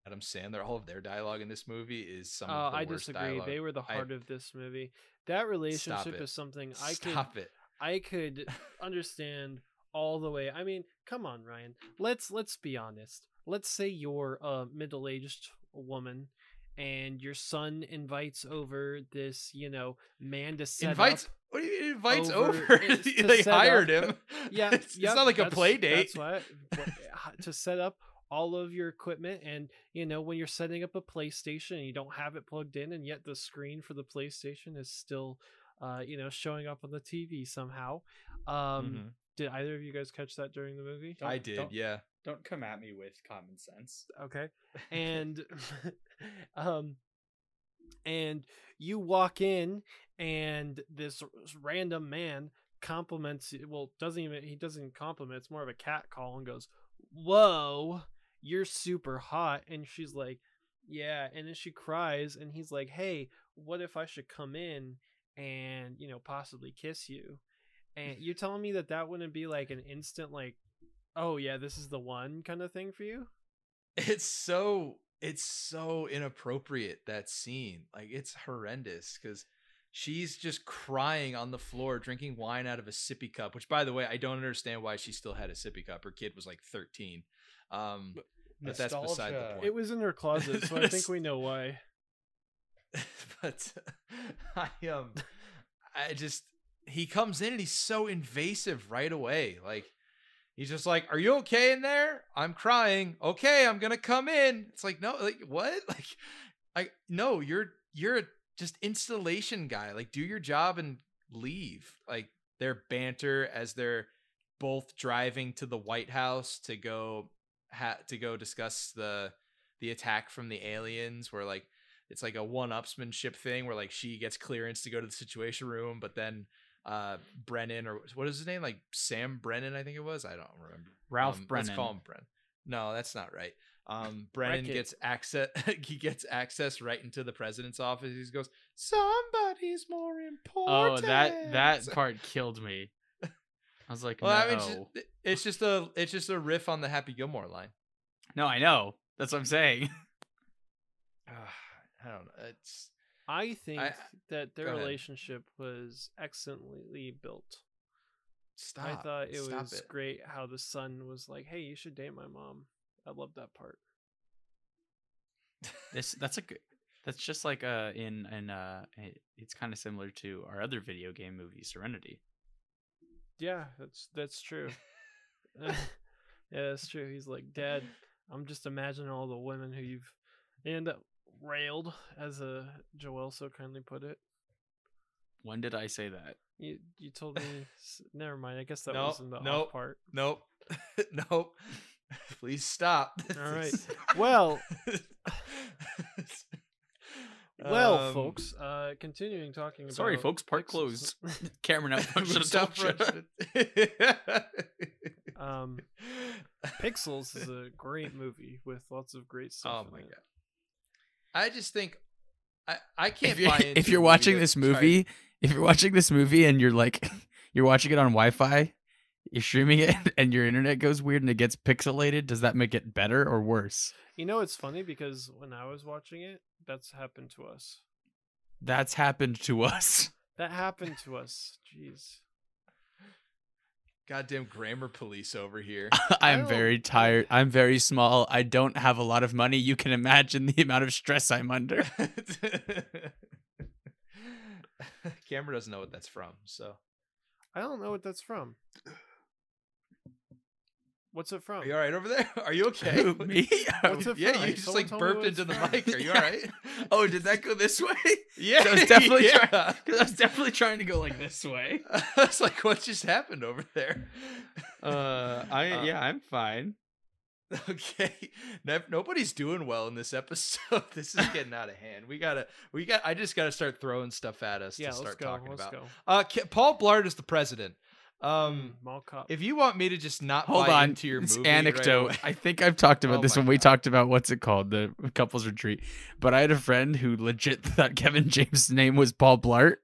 Adam Sandler, all of their dialogue in this movie is some
Uh,
of the
I
worst
disagree.
dialogue.
They were the
I-
heart of this movie. That relationship
it.
is something I could
Stop it.
I could understand all the way. I mean, come on, Ryan. Let's let's be honest. Let's say you're a middle-aged woman and your son invites over this, you know, man to set
Invites.
up.
What do you mean invites
over-
over?
it's to
they
set
hired
up-
him.
Yeah,
it's, it's
yep,
not like a
that's-
play date.
That's what, what- to set up all of your equipment and you know when you're setting up a PlayStation and you don't have it plugged in and yet the screen for the PlayStation is still uh, you know showing up on the TV somehow. Um,
Mhm.
Did either of you guys catch that during the movie?
I
Don't-
did.
don't-
Yeah.
Don't come at me with common sense.
okay and um and you walk in and this r- random man compliments you well doesn't even he doesn't compliment it's more of a cat call and goes whoa you're super hot and she's like yeah and then she cries and he's like hey what if i should come in and you know possibly kiss you and you're telling me that that wouldn't be like an instant like oh yeah this is the one kind of thing for you
it's so it's so inappropriate that scene like it's horrendous because she's just crying on the floor drinking wine out of a sippy cup which by the way i don't understand why she still had a sippy cup her kid was like 13 um but that's beside the
Nostalgia.
point
It was in her closet, so I think we know why.
but i um i just he comes in and he's so invasive right away like he's just like are you okay in there i'm crying okay i'm gonna come in it's like no like what like i no you're you're a just installation guy like do your job and leave like their banter as they're both driving to the white house to go ha- to go discuss the the attack from the aliens where like it's like a one-upsmanship thing where like she gets clearance to go to the situation room but then uh brennan or what is his name like sam brennan i think it was i don't remember
Ralph
um,
Brennan.
Let's call him Brennan. No, that's not right. Um, Brennan
Wreck-It.
gets access. he gets access right into the president's office. He goes, "Somebody's more
oh,
important."
that that part killed me. I was like,
Well, I
no.
mean, it's just, it's just a it's just a riff on the Happy Gilmore line.
no, I know. That's what I'm saying.
Ah, I don't know. It's
I think that their
go ahead.
relationship was excellently built.
stop.
I thought it
stop
was
it.
great how the son was like, "Hey, you should date my mom." I love that part.
This that's a good. That's just like uh in in uh it, it's kind of similar to our other video game movie Serenity.
Yeah, that's that's true. yeah, that's true. He's like, Dad, I'm just imagining all the women who you've and railed, as uh, Joel so kindly put it.
When did I say that?
You you told me. s- Never mind. I guess that
Nope,
wasn't the
nope.
off part.
Nope. nope. Please stop.
All right. Well, well,
Um,
folks. Uh, continuing talking. about
Sorry, folks. Park
pixels-
closed. Cameron out front.
we
should've
stop
told ya.
rushing.
um, Pixels is a great movie with lots of great
Oh
stuff. in
my
it.
god. I just think I I can't
if you're,
buy into
if
a
you're
movie
watching
that
this
tried-
movie, if you're watching this movie and you're like, you're watching it on Wi-Fi, you're streaming it, and your internet goes weird and it gets pixelated. Does that make it better or worse?
You know, it's funny because when I was watching it, that's happened to us.
That's happened to us.
That happened to us. Jeez.
goddamn grammar police over here.
I'm
don't-
very tired. I'm very small. I don't have a lot of money. You can imagine the amount of stress I'm under.
Cameron doesn't know what that's from, so
I don't know what that's from. What's it from?
are you all right over there? Are you okay?
Who, me?
What's it
yeah,
from?
you just
Someone
like
told me what
burped
it's
into the
from.
mic. Are you
Yeah.
all right?
oh, did that go this way?
yeah,
I was definitely
yeah.
Because I was definitely trying to go like this way.
I was like, what just happened over there?
Uh, I
Uh,
yeah, I'm fine.
Okay, Nev- nobody's doing well in this episode. This is getting out of hand. We gotta, we got. I just gotta start throwing stuff at us
yeah,
to
let's
start
go.
talking
let's
about.
go. Mm.
Uh, Ca- Paul Blart is the president. Um,
Mall cop.
if you want me to just not
Hold
buy
on
into your
it's
movie right
anecdote.
away-
I think I've talked about
Oh
this
my
when we
God.
talked about what's it called, the couples retreat. But I had a friend who legit thought Kevin James' name was Paul Blart.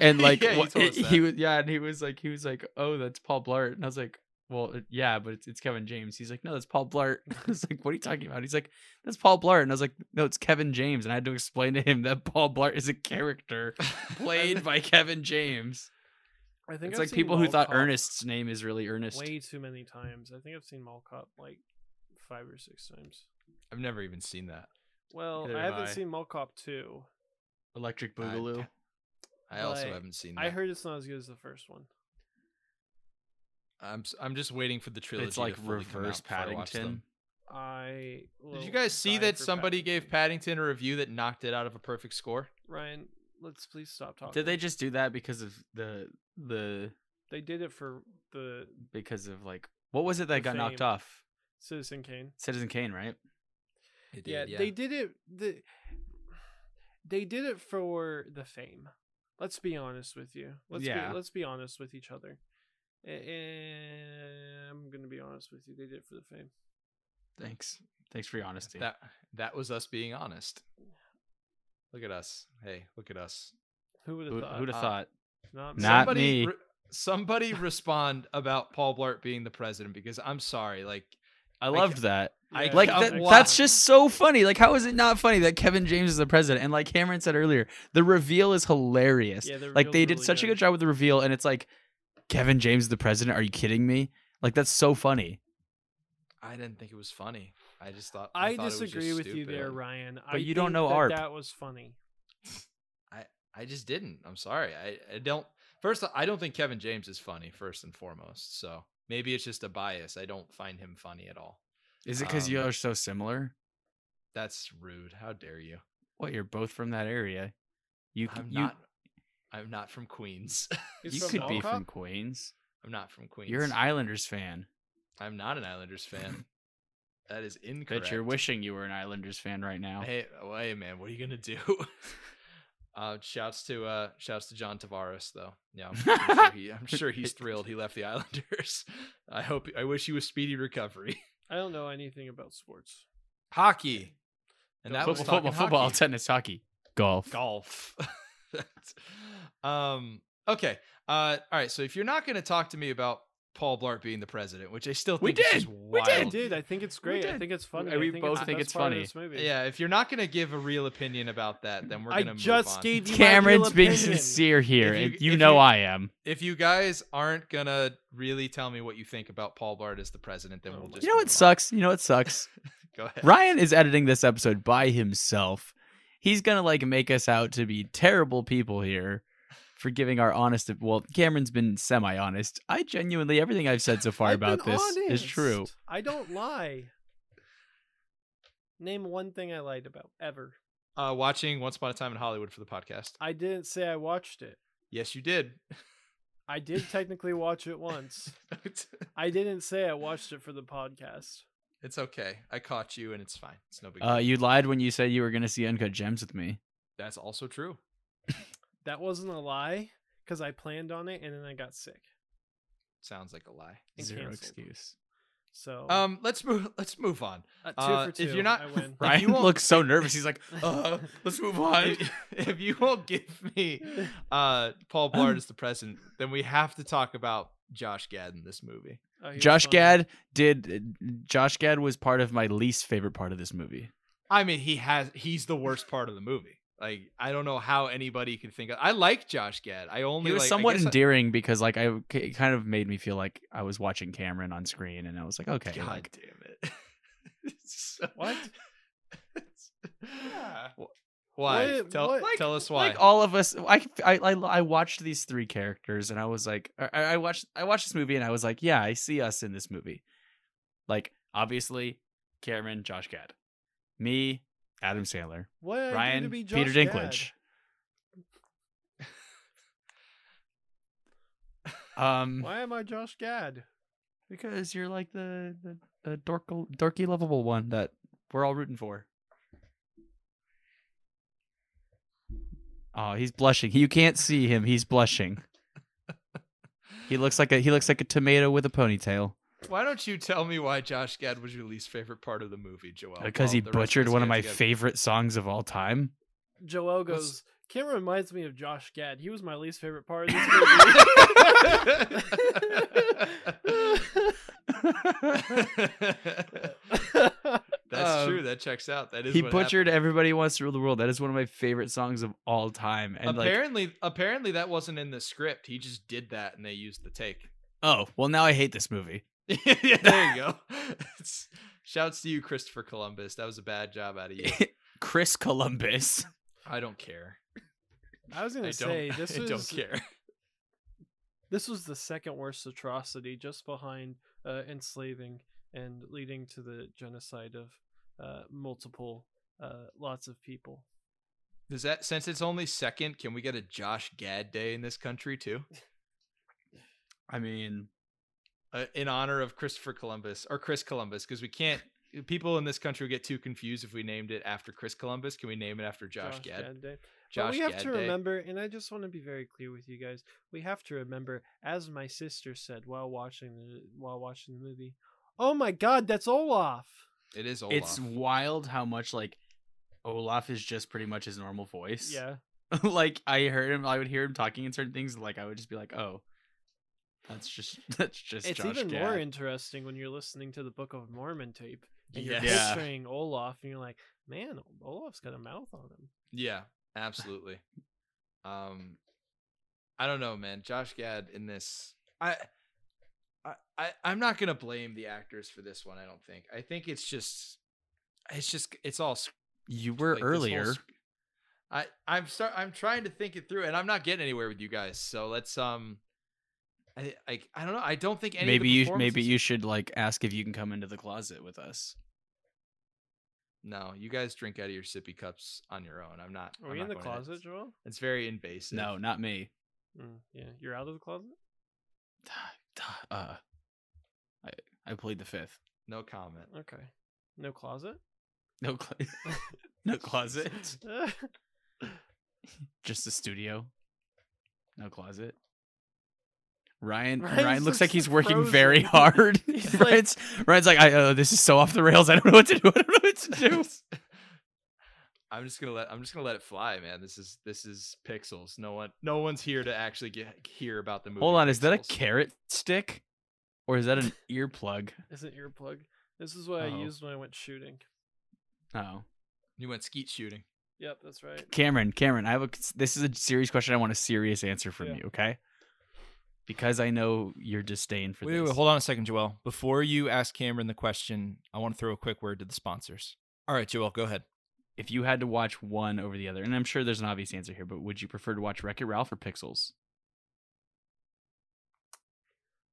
And like
yeah, you
what-
told us
he
that.
was yeah, and he was like he was like, "Oh, that's Paul Blart." And I was like, "Well, it- yeah, but it's, it's Kevin James." He's like, "No, that's Paul Blart." I was like, "What are you talking about?" He's like, "That's Paul Blart." And I was like, "No, it's Kevin James." And I had to explain to him that Paul Blart is a character played by Kevin James.
I think I've
It's like
seen
people who
Mall
thought
Cop
Ernest's name is really Ernest.
way too many times. I think I've seen Mall Cop like five or six times.
I've never even seen that.
Well,
Neither
I
have
haven't
I.
seen Mall Cop two.
Electric
I-
Boogaloo.
I also
Like,
haven't seen. That.
I heard it's not as good as the first one.
I'm. s- I'm just waiting for the trilogy.
it's like
to fully come out
reverse
before I watch them.
Paddington.
I
Did
will
you guys see
die
that
for
somebody gave
Paddington.
Paddington a review that knocked it out of a perfect score?
Ryan, let's please stop talking.
Did they just do that because of the the
They did it for the
because of like what was it that
The
got knocked
fame.
off?
Citizen Kane.
Citizen Kane, right?
It
yeah, they did it. The, they did it for the fame. Let's be honest with you. Let's
Yeah.
be, let's be honest with each other. And I'm gonna be honest with you. They did it for the fame.
Thanks. Thanks for your honesty.
That that was us being honest. Look at us. Hey, look at us.
Who would
Who,
have
who'd
thought?
have
uh,
thought?
Not me.
Not me.
somebody respond about Paul Blart being the president because I'm sorry, like
I
ca-
loved that.
I
Yeah,
Like
can't
that,
exactly.
watch-
that's just so funny. Like how is it not funny that Kevin James is the president? And like Cameron said earlier, the reveal is hilarious.
Yeah, the
like they
reveal's
did
really
such a good job with the reveal and it's like Kevin James is the president, are you kidding me? Like that's so funny.
I didn't think it was funny. I just thought
I,
thought it was just
disagree with you there,
stupid.
Ryan. I
But you don't
think
know
that
Arp.
That was funny.
I just didn't. I'm sorry. I, I don't. First, I don't think Kevin James is funny. First and foremost, so maybe it's just a bias. I don't find him funny at all.
Is it because you
Um,
are so similar?
That's rude. How dare you?
What you're both from that area. You c-
I'm
you,
not. I'm not from Queens.
He's
you
from
could
Mall
be
Cop?
from Queens.
I'm not from Queens.
You're an Islanders fan.
I'm not an Islanders fan. that is incorrect.
Bet you're wishing you were an Islanders fan right now.
Hey, well, hey, man, what are you gonna do? uh, shouts to uh, shouts to John Tavares though. Yeah, I'm, I'm sure, he, I'm sure he's thrilled he left the Islanders. I hope. I wish he was speedy recovery.
I don't know anything about sports.
Hockey, and
Go
that
football,
was
Football,
football,
talking
football,
hockey.
tennis, hockey, golf.
golf. That's- um. Okay. Uh. All right. So if you're not gonna talk to me about Paul Blart being the president, which I still think
We
is just
did!
wild.
did!
I did. I think it's great. I
did.
think it's funny.
Uh, we
I think
both
it's the
think
best
it's
part of
funny.
This movie.
Yeah, if you're not gonna give a real opinion about that, then we're
I
gonna move
just
on.
gave you
Cameron's
my real
being
opinion.
sincere here.
If you-
and you
if
know
you-
I am.
if you guys aren't gonna really tell me what you think about Paul Blart as the president, then
Oh
we'll
my
just
You know
move on.
what sucks? You know what sucks?
Go ahead.
Ryan is editing this episode by himself. He's gonna like make us out to be terrible people here for giving our honest. Well, Cameron's been semi-honest. I genuinely everything I've said so far
I've
about
been
this is true.
honest. I don't lie. Name one thing I lied about ever.
Uh, watching Once Upon a Time in Hollywood for the podcast.
I didn't say I watched it.
Yes, you did.
I did technically watch it once.
it's,
I didn't say I watched it for the podcast.
it's okay. I caught you, and it's fine. It's no big. deal.
Uh, you lied when you said you were gonna see Uncut Gems with me.
That's also true.
That wasn't a lie because I planned on it and then I got sick.
Sounds like a lie.
And
Zero
canceled.
excuse.
So
Oh.
Um, let's move. Let's move on.
uh, two
uh,
for
if
two.
you're not-
I win.
If
Ryan
you won't-
looks so nervous. He's like, uh, let's move on.
If, if you won't give me uh, Paul Blart as the president, then we have to talk about Josh Gad in this movie.
Oh, he was
Josh
funny.
Gad did. Josh Gad was part of my least favorite part of this movie.
I mean, he has he's the worst part of the movie. Like I don't know how anybody can think of I like Josh Gad. I only
He was
like, I
somewhat
guess I-
endearing because, like, I it kind of made me feel like I was watching Cameron on screen, and I was like, okay,
God
like,
damn it. It's so-
What?
It's- Wh- Why?
What-
tell,
what-
tell us why.
Like all of us, I, I I I watched these three characters, and I was like, I, I watched I watched this movie, and I was like, yeah, I see us in this movie. Like obviously, Cameron, Josh Gad, me, Adam Sandler,
What did I do to
Ryan,
be Josh
Peter
Gad?
Dinklage.
Hmm.
um,
Why am I Josh Gad?
because you're like the the, the dork, dorky lovable one that we're all rooting for. Oh, he's blushing. You can't see him. He's blushing. He looks like a he looks like a tomato with a ponytail
why don't you tell me why Josh Gad was your least favorite part of the movie, Joel? while
because Uh, he
the rest of
butchered
us
one of
get
my
together?
favorite songs of all time.
Joel goes.
What's-
Cameron reminds me of Josh Gad. He was my least favorite part of this movie.
That's
Um,
true. That checks out. That is
He
what
butchered
happened.
"Everybody Wants to Rule the World." That is one of my favorite songs of all time. And like,
apparently, apparently that wasn't in the script. He just did that, and they used the take.
oh well, now I hate this movie.
yeah, there you go. It's- shouts to you, Christopher Columbus. That was a bad job out of you.
Chris Columbus.
I don't care.
I was
I
gonna
don't.
say this
I
was
don't care.
this was the second worst atrocity, just behind uh, enslaving and leading to the genocide of uh, multiple uh, lots of people.
Does that since it's only second? Can we get a Josh Gad Day in this country too,
I mean,
uh, in honor of Christopher Columbus or Chris Columbus? Because we can't. People in this country would get too confused if we named it after Chris Columbus. Can we name it after Josh, Gad?
Day.
Josh
but we have
Gad
to
Day?
remember, and I just want to be very clear with you guys. We have to remember, as my sister said while watching the while watching the movie, "Oh my God, that's Olaf."
It is Olaf.
it's wild how much like Olaf is just pretty much his normal voice.
Yeah,
like I heard him, I would hear him talking in certain things. and, Like I would just be like, oh, that's just that's just.
it's
Josh
even more
Gad."
interesting when you're listening to the Book of Mormon tape and
Yes.
you're
Yeah.
picturing Olaf, and you're like, "Man, Olaf's got a mouth on him."
Yeah, absolutely. um, I don't know, man. Josh Gad in this, I, I, I, I'm not gonna blame the actors for this one. I don't think. I think it's just, it's just, it's all. scripted,
You were
like, this whole
earlier.
sc- I, I'm start. I'm trying to think it through, and I'm not getting anywhere with you guys. So let's um. I, I, I don't know. I don't think any.
Maybe
of the
you maybe
performances-
you should like ask if you can come into the closet with us.
No, you guys drink out of your sippy cups on your own. I'm not.
Are
I'm
we in the
not going to-
closet, Joel?
It's very invasive.
No, not me.
Mm, yeah, you're out of the closet.
Uh, I I played the fifth.
no comment.
Okay, no closet.
No, cl- no closet. Just the studio. No closet. Ryan
Ryan's
Ryan, looks like
just
he's
like
working very
frozen.
hard.
He's like-
Ryan's, Ryan's like, I uh, this is so off the rails. I don't know what to do. I don't know what to do.
I'm just gonna let I'm just gonna let it fly, man. This is this is pixels. No one no one's here to actually get hear about the movie.
Hold on, is that a
Pixels.
carrot stick? Or is that an earplug?
Is an earplug. This is what I
Oh.
used when I went shooting.
Oh.
You went skeet shooting.
Yep, that's right.
Cameron, Cameron, I have a this is a serious question. I want a serious answer from
Yeah.
you, okay? Because I know your disdain for
Wait,
this.
wait, hold on a second, Joel. Before you ask Cameron the question, I want to throw a quick word to the sponsors. All right, Joel, go ahead.
If you had to watch one over the other, and I'm sure there's an obvious answer here, but would you prefer to watch Wreck It Ralph or Pixels?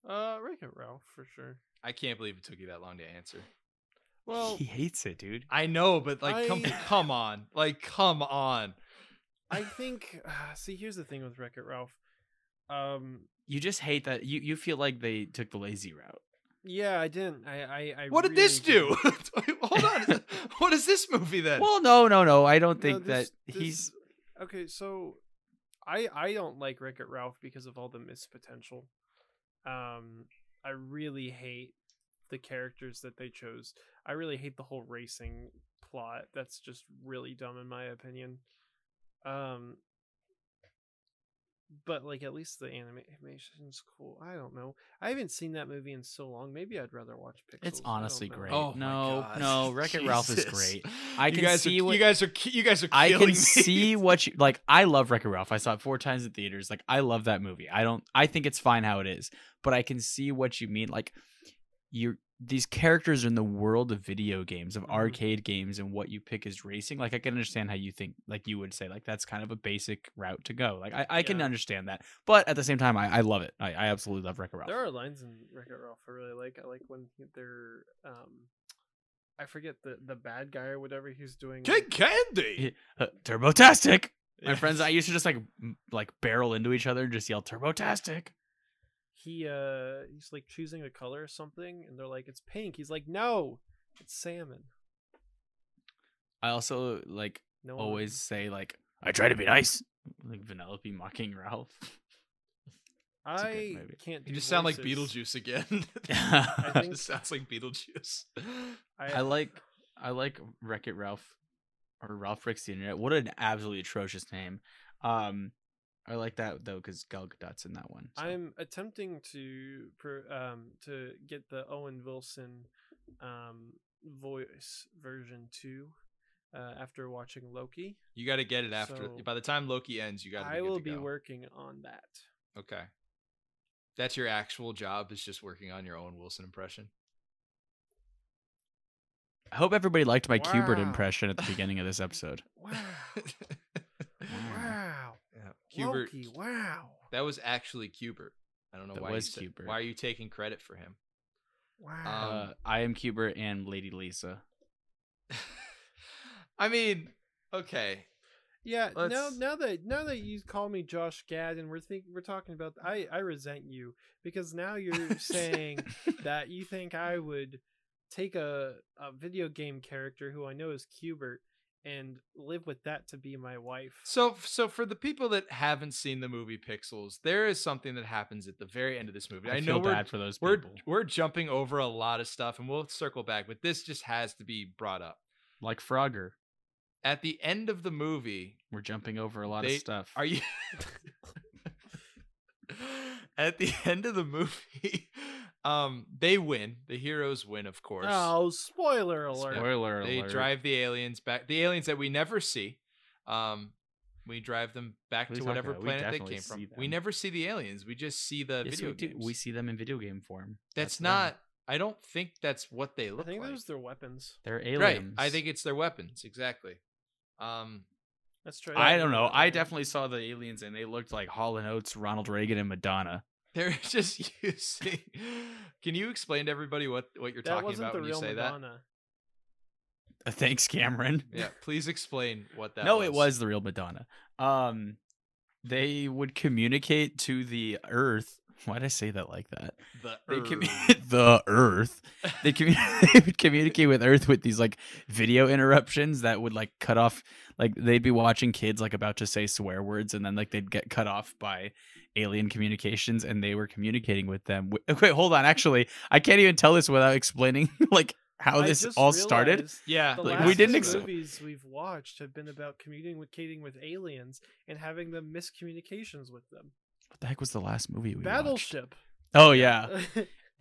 Uh, Wreck It Ralph for sure.
I can't believe it took you that long to answer.
Well,
he hates it, dude.
I know, but like, come,
I-
come on, like, come on.
I think. Uh, see, here's the thing with Wreck It Ralph. Um,
You just hate that you, you feel like they took the lazy route.
yeah, I didn't. I, I, I
What did this
really
do? Hold on. what is this movie then?
Well, no, no, no. I don't
No,
think
this-
that
this-
he's
didn't. Okay, so I, I don't like Wreck It Ralph because of all the missed potential. Um, I really hate the characters that they chose. I really hate the whole racing plot. That's just really dumb in my opinion. Um but like at least the anima- animation's cool. I don't know. I haven't seen that movie in so long. Maybe I'd rather watch Pixels.
It's
I don't
honestly
know.
great.
Oh my
no,
God.
no, Wreck It Ralph is
Jesus.
great. I
You
can
guys
see
are,
what-
you guys are ki- you guys are
I
killing
can
me.
see what you like. I love Wreck It Ralph. I saw it four times in theaters. Like I love that movie. I don't. I think it's fine how it is, but I can see what you mean. Like you're these characters are in the world of video games, of
Mhm.
arcade games, and what you pick is racing. Like I can understand how you think. Like you would say, like that's kind of a basic route to go. Like I, I can
Yeah.
understand that, but at the same time, I, I love it. I, I absolutely love Wreck It Ralph.
There are lines in Wreck It Ralph I really like. I like when he- they're um I forget the the bad guy or whatever he's doing.
Kid
like-
Candy.
Uh, Turbotastic. My
Yeah.
friends, and I used to just like m- like barrel into each other and just yell Turbotastic.
he uh he's like choosing a color or something and they're like it's pink he's like no it's salmon
I also like
no one-
always say like I try to be nice, Oh, like Vanellope mocking Ralph. a good
i
movie.
can't do
You just sound like
voices.
Beetlejuice again.
I,
I think-
just sounds like Beetlejuice.
I,
like I like Wreck It Ralph or Ralph Breaks the Internet. What an absolutely atrocious name. Um, I like that though because Gal Gadot's in that one. so.
i'm attempting to pro- um to get the owen wilson um voice version 2 uh, after watching loki
You got to get it after.
So-
by the time Loki ends, you got to.
i will be
go.
working on that
Okay. That's your actual job is just working on your own Wilson impression.
I hope everybody liked my Cubert
Wow.
impression at the beginning of this episode.
wow
Mm.
wow
Yeah. Cubert.
loki wow
That was actually Cubert. I don't know
That
why
was
you said-
Cubert.
Why are you taking credit for him?
wow
Um,
uh, I am Cubert and Lady Lisa.
I mean, okay.
Yeah, now
Let's-
now that now that you call me Josh Gad and we're think we're talking about I I resent you because now you're saying that you think I would take a a video game character who I know is Cubert and live with that to be my wife.
So, so for the people that haven't seen the movie Pixels, there is something that happens at the very end of this movie. I,
I,
know
feel
we're
bad for those
we're
people.
we're jumping over a lot of stuff, and we'll circle back, but this just has to be brought up.
Like Frogger,
At the end of the movie,
we're jumping over a lot
They-
of stuff.
Are you at the end of the movie? Um, they win. The heroes win, of course.
Oh, spoiler alert.
Spoiler
they
alert.
drive the aliens back. The aliens that we never see. Um, we drive them back
What
to
are you talking
whatever
about? We
planet they
definitely
came from.
see
We
them.
never see the aliens. We just see the
Yes,
video
we do.
games.
We see them in video game form.
that's
them.
not. I don't think that's what they
I
look
think
like.
those are their weapons.
They're aliens.
right. I think it's their weapons exactly. Um,
Let's try.
I
that
don't
one
know.
more
I
time.
definitely saw the aliens, and they looked like Hall and Oates, Ronald Reagan, and Madonna.
they're just using. Can you explain to everybody what what you're
that
talking
wasn't
about
the
when you
real
say that?
Madonna.
Uh, Thanks, Cameron.
Yeah, please explain what that.
no,
was.
it was the real Madonna. Um, they would communicate to the Earth. Why did I say that like that?
the er.
They
Earth.
commu- the Earth. They, commu- they would communicate with Earth with these like video interruptions that would like cut off. Like they'd be watching kids like about to say swear words, and then like they'd get cut off by alien communications, and they were communicating with them. uh, Wait, wait, hold on. Actually, I can't even tell this without explaining like how
I
Oh, this
just
all started.
realized
yeah,
The
Like,
last
we didn't
two
ex-
movies we've watched have been about communicating with aliens and having them miscommunications with them.
What the heck was the last movie we watched?
Battleship.
Oh yeah,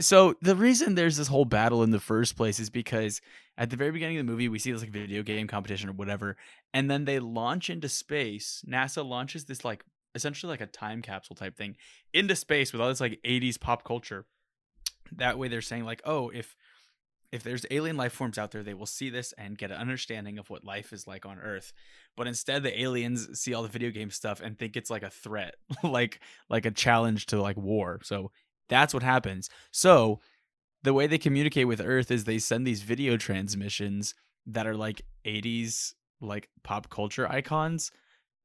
so the reason there's this whole battle in the first place is because at the very beginning of the movie we see this like video game competition or whatever and then they launch into space nasa launches this like essentially like a time capsule type thing into space with all this like 80s pop culture that way they're saying like oh if if there's alien life forms out there they will see this and get an understanding of what life is like on earth but instead the aliens see all the video game stuff and think it's like a threat like like a challenge to like war so that's what happens. So the way they communicate with Earth is they send these video transmissions that are like 80s like pop culture icons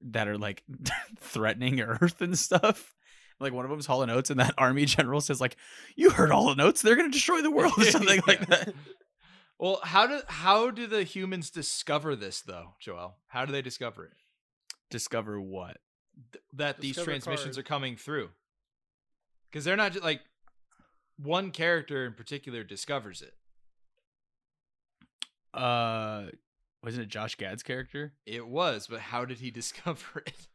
that are like threatening Earth and stuff. Like one of them's Hall and Oates, and that army general says like, "You heard Hall and Oates? They're gonna destroy the world or something like that."
Well, how do how do the humans discover this though, Joel? How do they discover it?
Discover what?
Th- that these
Discover
transmissions
cars.
are coming through. Because they're not just like one character in particular discovers it.
Uh, wasn't it Josh Gad's character?
It was, but how did he discover it?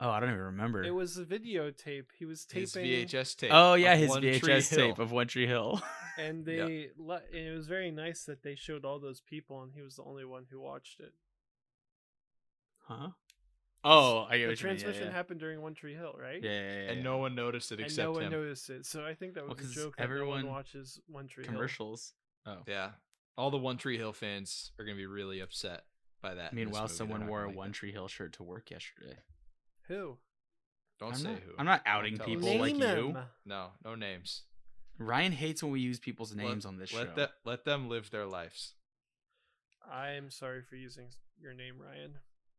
Oh, I don't even remember.
It was a videotape. He was
His
taping,
VHS tape.
oh
of
yeah, his
One Tree
VHS
Hill.
tape of One Tree Hill.
and
Yeah.
they let. And it was very nice that they showed all those people, and he was the only one who watched it.
huh? Oh, I get what you mean.
the
Yeah,
transmission
yeah.
happened during One Tree Hill, right?
Yeah, yeah, yeah,
And
yeah.
no one noticed it
And
except
no one
him.
noticed it, so I think that
Well,
was
'cause
a joke. That everyone
everyone-
watches One Tree
commercials. Oh.
Yeah. All the One Tree Hill fans are going to be really upset by that. in this
Meanwhile,
movie. They're
someone
not
wore
gonna
a
like it.
One Tree Hill shirt to work yesterday.
Hill. Who?
Don't
I'm
say
not,
who.
I'm not outing
tell us.
people
Name
like you.
'em.
No, no names.
Ryan hates when we use people's
Let-
names on this
let
show.
the- let them live their lives.
I'm sorry for using s- your name, Ryan.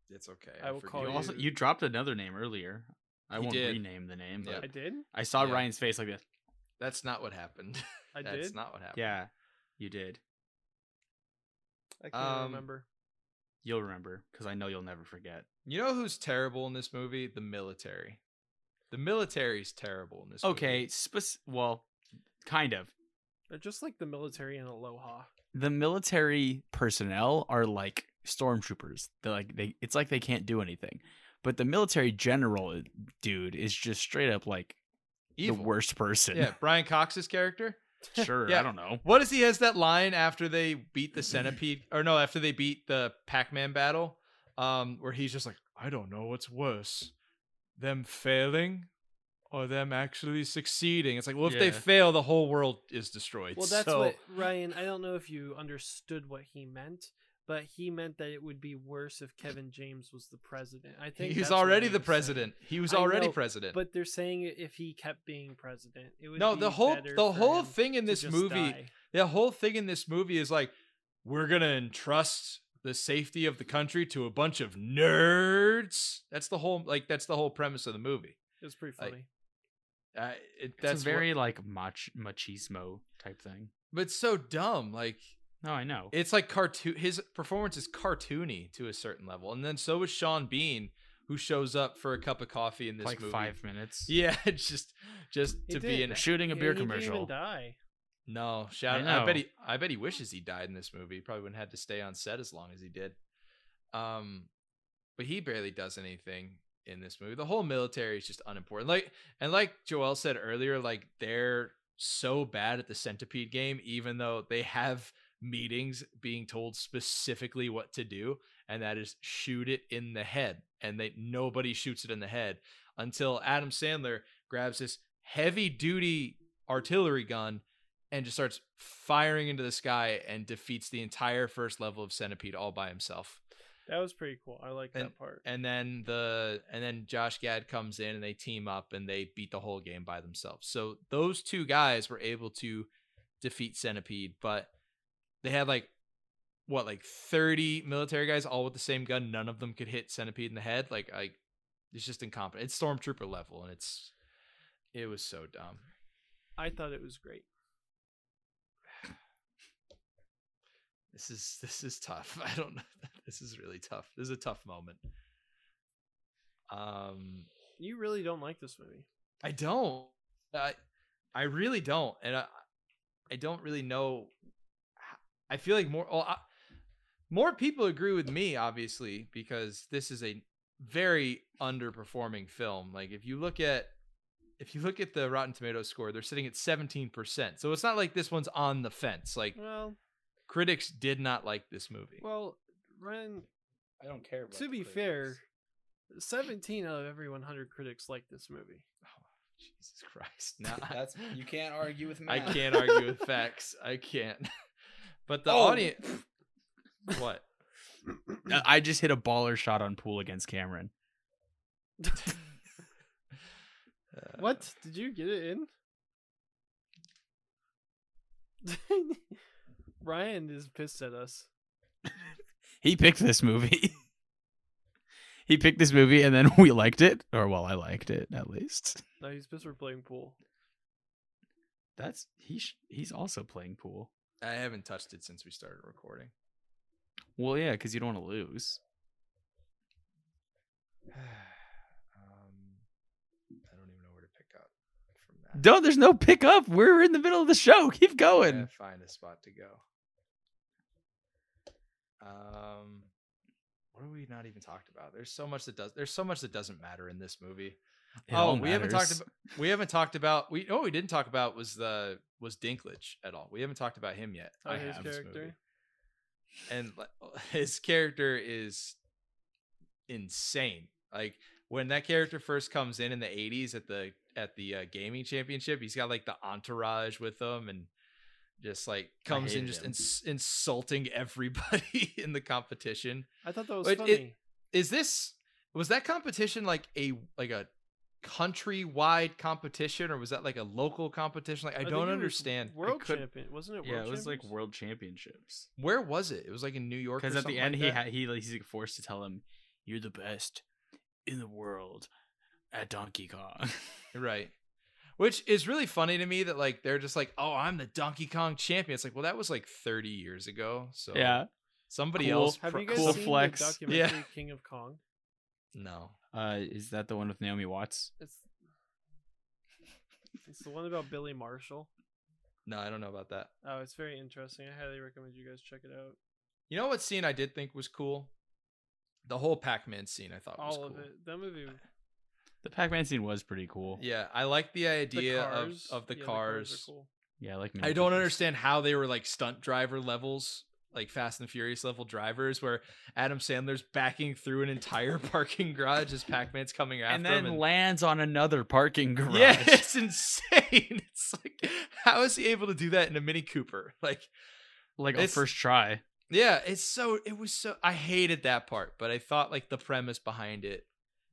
It's okay.
I will
forgive
call
you also you dropped another name earlier. I
He
won't
did.
rename the name,
Yeah.
but
I did.
I saw
Yeah.
Ryan's face like this.
That's not what happened.
I
That's
did.
not what happened.
Yeah, you did.
I can't
Um,
remember.
You'll remember because I know you'll never forget.
You know who's terrible in this movie? The military. The military's terrible in this
Okay,
movie.
spec- well, kind of.
They're just like the military in Aloha.
The military personnel are like stormtroopers. They're like they. It's like they can't do anything. But the military general uh, dude is just straight up like
Evil.
the worst person.
Yeah, Brian Cox's character.
sure.
Yeah.
I don't know.
What is he has that line after they beat the centipede or no, after they beat the Pac-Man battle? Um, where he's just like, I don't know what's worse. Them failing or them actually succeeding. It's like, well, if they
Yeah.
fail, the whole world is destroyed.
Well, that's
So-
what Ryan. I don't know if you understood what he meant, but he meant that it would be worse if Kevin James was the president. I think
He's
that's what
already
they
the
were saying.
president. He was
I
already
know,
president.
But they're saying i- if he kept being president, it would
no, the
be
whole
better
the
for
whole
him
thing in
to
this
just
movie
die.
the whole thing in this movie is like we're gonna entrust the safety of the country to a bunch of nerds that's the whole like that's the whole premise of the movie
It was pretty
like,
funny.
uh, it,
That's
that's
it's a
what-
very like mach- machismo type thing.
but it's so dumb like
No, I know.
it's like cartoon his performance is cartoony to a certain level and then so is sean bean who shows up for a cup of coffee in this
like
movie
five minutes.
yeah it's just just
He
to
did.
be in
Shooting a
Yeah,
beer
he didn't even
commercial.
die.
no shout
I
I, bet
know.
he i bet he wishes he died in this movie he probably wouldn't have had to stay on set as long as he did um but he barely does anything in this movie the whole military is just unimportant like and like joel said earlier like they're so bad at the centipede game even though they have meetings being told specifically what to do and that is shoot it in the head and they nobody shoots it in the head until adam sandler grabs this heavy duty artillery gun and just starts firing into the sky and defeats the entire first level of centipede all by himself
That was pretty cool. I like that part.
and then the and then Josh Gad comes in and they team up and they beat the whole game by themselves. So those two guys were able to defeat Centipede, but they had like what like 30 military guys all with the same gun. None of them could hit Centipede in the head. Like I it's just incompetent. It's stormtrooper level and it's it was so dumb.
I thought it was great.
This is this is tough. I don't know. This is really tough. This is a tough moment. Um
You really don't like this movie.
I don't. I I really don't, and I I don't really know. h- I feel like more well, I, more people agree with me, obviously, because this is a very underperforming film. Like if you look at if you look at the Rotten Tomatoes score, they're sitting at 17%. So it's not like this one's on the fence. Like
Well,
critics did not like this movie.
well, Ryan.
I don't care. About
To
the
be
critics.
fair, seventeen out of every one hundred critics like this movie.
Oh, Jesus Christ. Now I-
that's you can't argue with me.
I can't argue with facts. I can't. But the
Oh.
audience what?
Uh, I just hit a baller shot on pool against Cameron.
Uh,
What did you get it in? Ryan is pissed at us.
He picked this movie. he picked this movie and then we liked it. Or well, I liked it at least.
No, he's pissed we're playing pool.
That's he sh- he's also playing pool.
I haven't touched it since we started recording.
Well, yeah, cuz you don't want to lose.
um, I don't even know where to pick up from that.
Don't there's no pickup. We're in the middle of the show. Keep
I
going.
find a spot to go. Um, what are we not even talked about? There's so much that does. There's so much that doesn't matter in this movie.
It
oh,
all
we haven't talked
matters.
about. We haven't talked about. We oh, we didn't talk about was the was Dinklage at all. We haven't talked about him yet.
Oh, his
in this
character?
movie. and like, oh, his character is insane. Like when that character first comes in in the '80s at the at the uh, gaming championship, he's got like the entourage with him and just like comes in
hated
just
him.
ins- insulting everybody in the competition.
I thought that was
Wait, it-
funny.
Is this was that competition like a like a countrywide competition or was that like a local competition? Like I,
think it
don't
was
understand. I
World
couldn't-
champion, wasn't it? World
Yeah, it was like
champions?
world championships.
Where was it? It was like in New York.
Because
Because
at the end,
like
he
that?
ha- he like, he's like, forced to tell him, "You're the best in the world at Donkey Kong."
Right. Which is really funny to me that like they're just like, oh, I'm the Donkey Kong champion. It's like, well, that was like 30 years ago. So
yeah.
somebody
Cool.
else.
Have
pro-
you guys
cool
seen
flex.
the
Yeah.
documentary King of Kong?
No.
Uh, is that the one with Naomi Watts?
It's it's the one about Billy Marshall.
No, I don't know about that.
Oh, it's very interesting. I highly recommend you guys check it out.
You know what scene I did think was cool? The whole Pac-Man scene I thought was
All of
cool.
it. That movie.
The Pac-Man scene was pretty cool.
Yeah, I like the
The
idea
cars.
of, of the
yeah,
cars.
are cool.
Yeah, I like.
I
Mini
don't
Coopers.
understand how they were like stunt driver levels, like Fast and Furious level drivers, where Adam Sandler's backing through an entire parking garage as Pac-Man's coming after
And
him.
then lands on another parking garage.
Yeah, it's insane. It's like, how is he able to do that in a Mini Cooper? Like,
like a
It's-
first try.
yeah, it's so, it was so, I hated that part, but I thought like the premise behind it,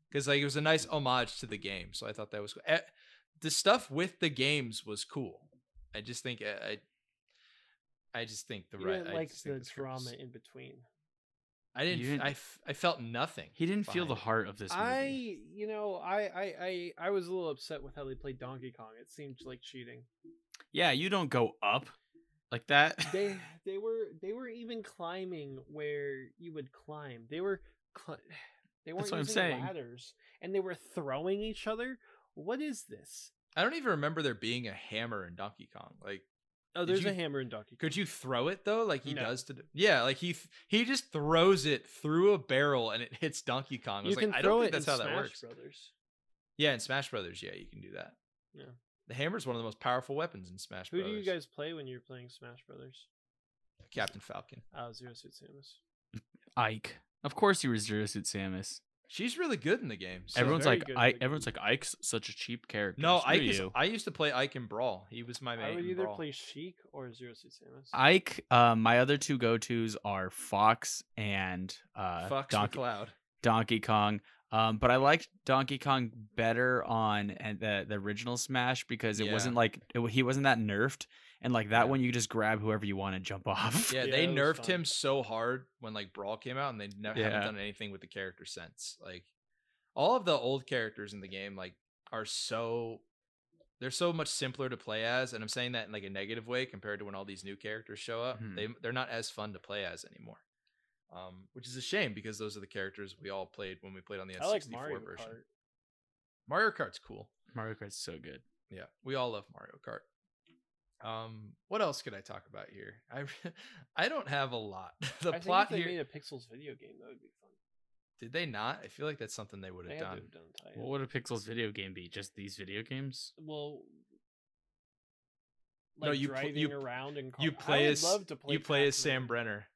because like it was a nice homage to the game. So I thought that was cool. Eh, The stuff with the games was cool. I just think, I, I, I just think the
You
right,
didn't
I
like
just think
the
script was-
drama in between.
I didn't,
You
f-
didn't-
I, f- I felt nothing.
He didn't feel the
behind it.
heart of this movie.
I, you know, I, I, I, I was a little upset with how they played Donkey Kong. It seemed like cheating.
Yeah, you don't go up like that.
They, they were, they were even climbing where you would climb. They were, cli they weren't
That's what I'm
using
saying.
ladders, and they were throwing each other. What is this?
I don't even remember there being a hammer in Donkey Kong. Like,
Oh,
Did
there's a
you-
hammer in Donkey. Kong.
Could you throw it though, like he
No.
does to? Yeah, like he th- he just throws it through a barrel and it hits Donkey Kong. I
You
was
can
like, I
throw
don't
it
think that's
in
how
Smash
that works.
Brothers.
Yeah, in Smash Brothers, yeah, you can do that.
Yeah.
the hammer's one of the most powerful weapons in Smash
Who
Brothers.
do you guys play when you're playing Smash Brothers?
Captain Falcon.
Oh, Zero Suit Samus.
Ike. Of course, you were Zero Suit Samus.
She's really good in the games.
So
everyone's
very
like,
good
I.
looking.
Everyone's like, Ike's such a cheap character.
no,
Screw
Ike. Is,
you.
I used to play Ike in Brawl. He was my
I
main.
would
in
either
Brawl.
play Sheik or Zero Suit Samus.
Ike. Uh, my other two go tos are Fox and uh,
Fox
Donkey,
McCloud.
Donkey Kong. Um, but I liked Donkey Kong better on and the the original Smash because it
Yeah.
wasn't like it, w- he wasn't that nerfed, and like that
Yeah.
one you could just grab whoever you want and jump off.
Yeah,
Yeah,
they
that was
nerfed
fun.
him so hard when like Brawl came out, and they never haven't
Yeah.
done anything with the character since. Like all of the old characters in the game, like are so they're so much simpler to play as, and I'm saying that in like a negative way compared to when all these new characters show up.
Mhm.
They they're not as fun to play as anymore, um, which is a shame because those are the characters we all played when we played on the N64
I like Mario
version.
Kart.
Mario Kart's cool.
Mario Kart's so good.
Yeah, we all love Mario Kart. Um, what else could I talk about here? I, I don't have a lot. The
I
plot
think if they
here.
made a Pixels video game, that would be fun.
Did they not? I feel like that's something they would
They
have
had to
done.
have done tie-in.
What would a Pixels video game be? Just these video games?
well,
No,
like
you pl-
driving
you p-
around and
You play as
love to play
you play as
Pac-Man.
Sam Brenner.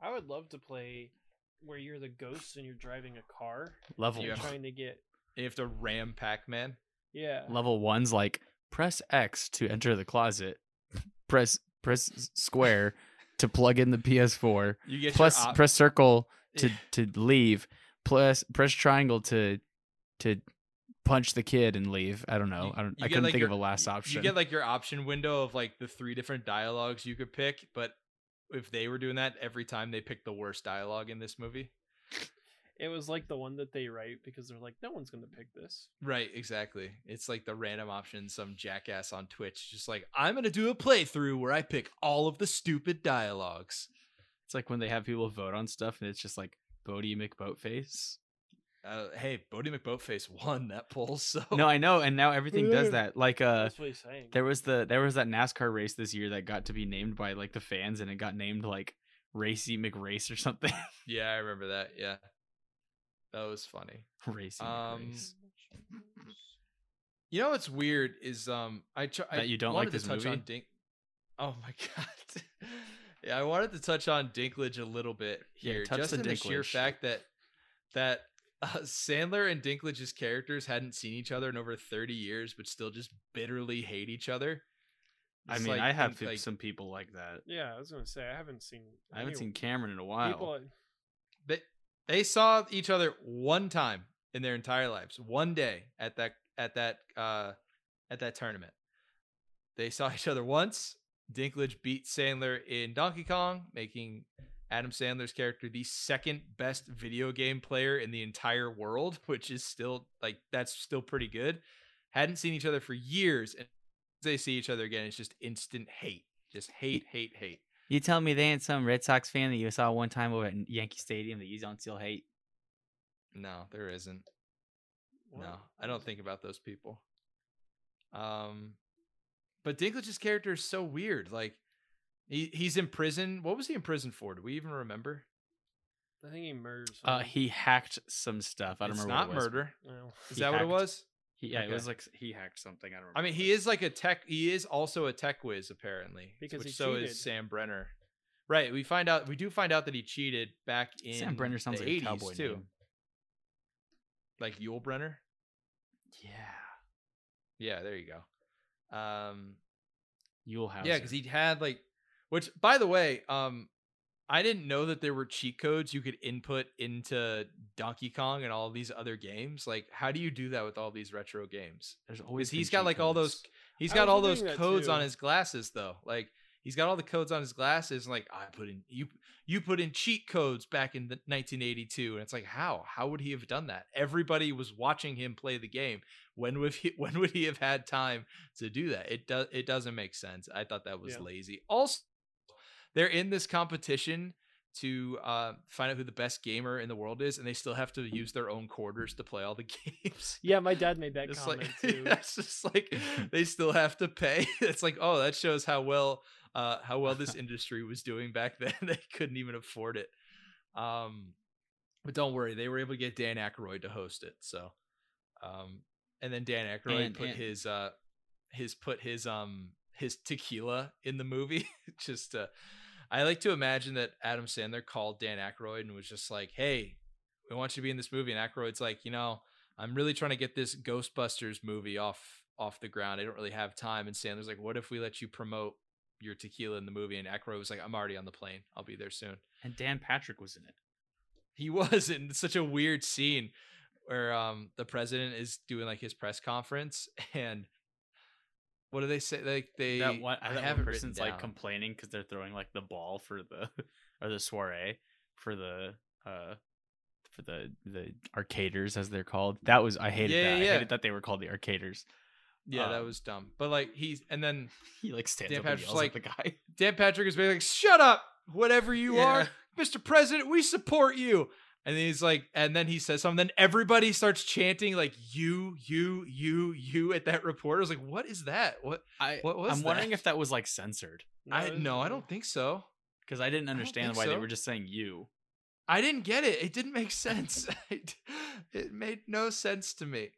I would love to play where you're the ghost and you're driving a car
Level
and
Yeah.
you're trying to get
You have to ram Pac-Man.
yeah.
level one's like press X to enter the closet, press press s- square to plug in the PS4,
You get
plus
your op-
press circle to to leave, plus press triangle to to punch the kid and leave. I don't know.
You-
I don't.
you get,
I couldn't
like,
think of a
your-
last
you-
option.
You get like your option window of like the three different dialogues you could pick, but if they were doing that every time, they picked the worst dialogue in this movie.
It was like the one that they write because they're like, no one's gonna pick this.
Right, exactly. It's like the random option some jackass on Twitch just like, I'm going to do a playthrough where I pick all of the stupid dialogues.
it's like when they have people vote on stuff and it's just like Bodie McBoatface.
Uh, hey, Bodie McBoatface won that poll, so
No, I know, and now everything does that. Like uh
That's what he's saying.
there was the there was that NASCAR race this year that got to be named by like the fans and it got named like Racy McRace or something.
yeah, I remember that. Yeah, that was funny.
Racy
Um,
McRace.
You know what's weird is um I tr- I
That you don't like
wanted
this
to touch on
movie?
Dink. Oh my god. yeah, I wanted to touch on Dinklage a little bit
Yeah,
here,
touch
just
the
in the sheer
Dinklage.
fact that that uh, Sandler and Dinklage's characters hadn't seen each other in over thirty years, but still just bitterly hate each other.
I
It's
mean,
like-
I have
and, like,
some people like that.
yeah, I was gonna say I haven't seen
I haven't
any-
seen Cameron in a while.
people uh,
they they saw each other one time in their entire lives one day at that at that uh at that tournament they saw each other once dinklage beat sandler in donkey kong making adam sandler's character the second best video game player in the entire world which is still like that's still pretty good hadn't seen each other for years and they see each other again it's just instant hate just hate hate hate
You tell me they ain't some Red Sox fan that you saw one time over at Yankee Stadium that you don't still hate.
no there isn't
what?
No, I don't think about those people. Um, but Dinklage's character is so weird. Like, he he's in prison. What was he in prison for? Do we even remember?
I think he murders.
Uh,
someone.
he hacked some stuff. I don't
it's
remember.
not
what it was.
murder.
No.
Is
He
that what
hacked.
it was?
He, yeah,
Okay.
it was like s- he hacked something. I don't remember.
I mean, he is like a tech. He is also a tech whiz, apparently.
Because
which
he
so
cheated.
is Sam Brenner. Right. We find out. We do find out that he cheated back in
Sam Brenner sounds
the
like
80s,
a cowboy
too.
name.
Like Yul Brenner.
Yeah,
Yeah. There you go. Um.
Yule House.
Yeah, because he had like, which by the way, um, I didn't know that there were cheat codes you could input into Donkey Kong and all these other games. Like, how do you do that with all these retro games?
there's always
he's
been
got,
cheat
like, all those
codes.
He's
I
got
was
all those
wondering that
codes on
too.
his glasses though. Like, he's got all the codes on his glasses. And, like, I put in you you put in cheat codes back in the 1982, and it's like, how how would he have done that? Everybody was watching him play the game. When would he, when would he have had time to do that. It does it doesn't make sense. I thought that was
Yeah.
lazy. Also, they're in this competition to uh, find out who the best gamer in the world is, and they still have to use their own quarters to play all the games.
Yeah, my dad made that
It's
comment
like
too.
that's just like they still have to pay. It's like oh, that shows how well uh, how well this industry was doing back then. they couldn't even afford it. Um, but don't worry, they were able to get Dan Aykroyd to host it. So, um, and then Dan Aykroyd
And-
put
and-
his uh his put his um his tequila in the movie. just uh, I like to imagine that Adam Sandler called Dan Aykroyd and was just like, "Hey, we want you to be in this movie." And Aykroyd's like, "You know, I'm really trying to get this Ghostbusters movie off off the ground. I don't really have time." And Sandler's like, "What if we let you promote your tequila in the movie?" And Aykroyd was like, "I'm already on the plane. I'll be there soon."
and Dan Patrick was in it.
he was in such a weird scene where um the president is doing like his press conference and what do they say like they
that one, I,
I
that
have
one
it written
person's like
down.
complaining because they're throwing like the ball for the or the soiree for the uh for the the arcaders as they're called. That was I hated
Yeah,
that.
yeah, yeah.
I hated that they were called the arcaders.
yeah that
um,
was dumb but like he's and then
He like stands
Dan
up and
Patrick's
yells
like,
at the guy.
dan patrick is basically like shut up whatever you are
Yeah.
mr president we support you and then he's like and then he says something then everybody starts chanting like you you you you at that reporter I was like what is that what
I,
What was
I'm wondering
that?
if that was like censored
i
it was
no i
real.
don't think so
because I didn't
don't
understand
think
why they
so.
were just saying you.
I didn't get it. It didn't make sense. It- it made no sense to me.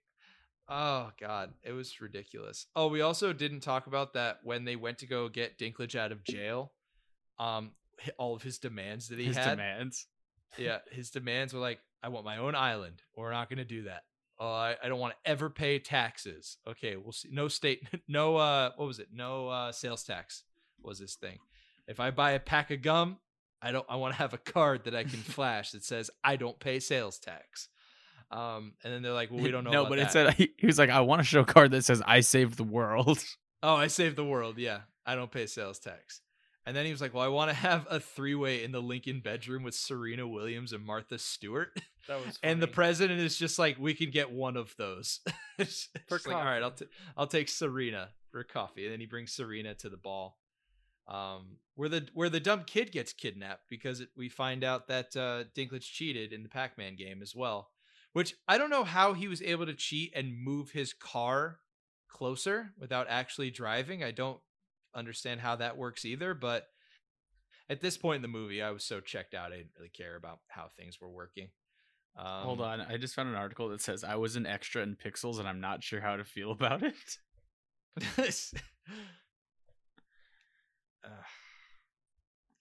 Oh god, it was ridiculous. Oh, we also didn't talk about that when they went to go get Dinklage out of jail. Um, hi- all of his demands that he
His
had.
demands.
Yeah, his demands were like, "I want my own island. We're not going to do that. Uh, I, I don't want to ever pay taxes. Okay, we'll see. No state, no uh, what was it? No uh, sales tax was this thing. If I buy a pack of gum, I don't. I want to have a card that I can flash that says I don't pay sales tax. Um, and then they're like, "Well, we don't know."
No,
about
but
that.
it said he, he was like, I want to show a card that says I saved the world.
Oh, I saved the world. Yeah. I don't pay sales tax. And then he was like, Well, I want to have a three way in the Lincoln bedroom with Serena Williams and Martha Stewart.
That was
And the
funny.
president is just like, We can get one of those. It's
For
just like, All right, I'll,
coffee.
t- I'll take Serena for coffee. And then he brings Serena to the ball. Um, where the where the dumb kid gets kidnapped because it, we find out that uh, Dinklage cheated in the Pac-Man game as well, which I don't know how he was able to cheat and move his car closer without actually driving. I don't understand how that works either, but at this point in the movie, I was so checked out, I didn't really care about how things were working. Um,
Hold on. I just found an article that says I was an extra in Pixels and I'm not sure how to feel about it.
Ugh.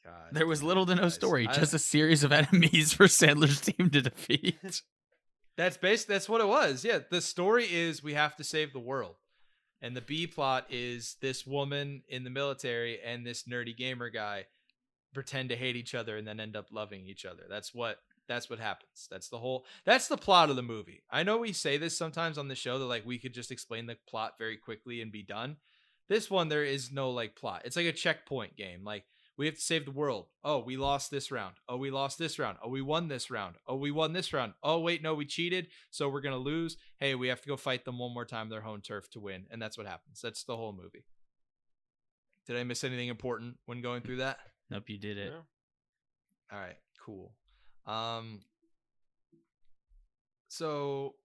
God,
There was
damn
little to no
guys.
story,
I-
just a series of enemies for Sandler's team to defeat.
That's based. That's what it was. Yeah. The story is we have to save the world, and the B plot is this woman in the military and this nerdy gamer guy pretend to hate each other and then end up loving each other. That's what. That's what happens. That's the whole. That's the plot of the movie. I know we say this sometimes on the show that like we could just explain the plot very quickly and be done. This one there is no like plot. It's like a checkpoint game. Like we have to save the world. Oh, we lost this round. Oh, we lost this round. Oh, we won this round. Oh, we won this round. Oh, wait, no, we cheated, so we're gonna lose. Hey, we have to go fight them one more time, their home turf, to win, and that's what happens. That's the whole movie. Did I miss anything important when going through that?
nope, you did it.
Yeah.
All right, cool. Um, so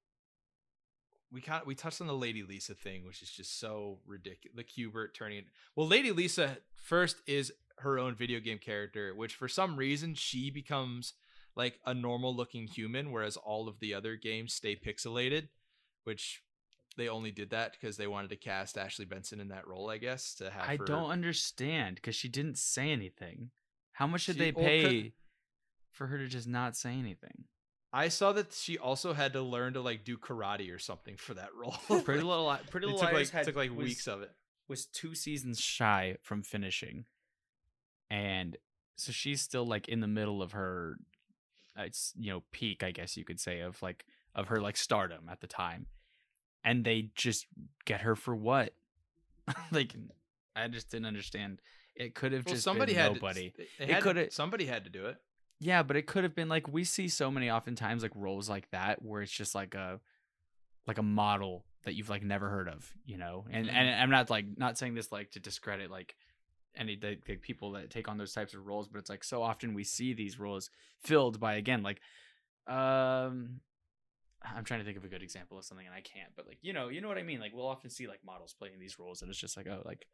we kind we touched on the Lady Lisa thing, which is just so ridiculous. The Cubert turning it. Well, Lady Lisa first is her own video game character, which for some reason she becomes like a normal looking human, whereas all of the other games stay pixelated, which they only did that because they wanted to cast Ashley Benson in that role, I guess. To have
I
her-
don't understand because she didn't say anything. How much did
She-
they
well, 'cause-
pay for her to just not say anything?
I saw that she also had to learn to like do karate or something for that role.
Pretty
Like,
Little, Li- Pretty
it
Little
took like,
Liars had
took like
was-
weeks of it.
was two seasons shy from finishing, and so she's still like in the middle of her, uh, it's you know peak, I guess you could say, of like of her like stardom at the time, and they just get her for what? like, I just didn't understand. It could have
Well,
just
somebody
been
had
nobody.
To,
It
they had to,
coulda-
somebody had to do it.
Yeah, but it could have been like we see so many oftentimes like roles like that where it's just like a like a model that you've like never heard of, you know. And
Mm-hmm.
and I'm not like not saying this like to discredit like any the, the people that take on those types of roles, but it's like so often we see these roles filled by again like um I'm trying to think of a good example of something and I can't, but like you know, you know what I mean? Like we'll often see like models playing these roles and it's just like oh like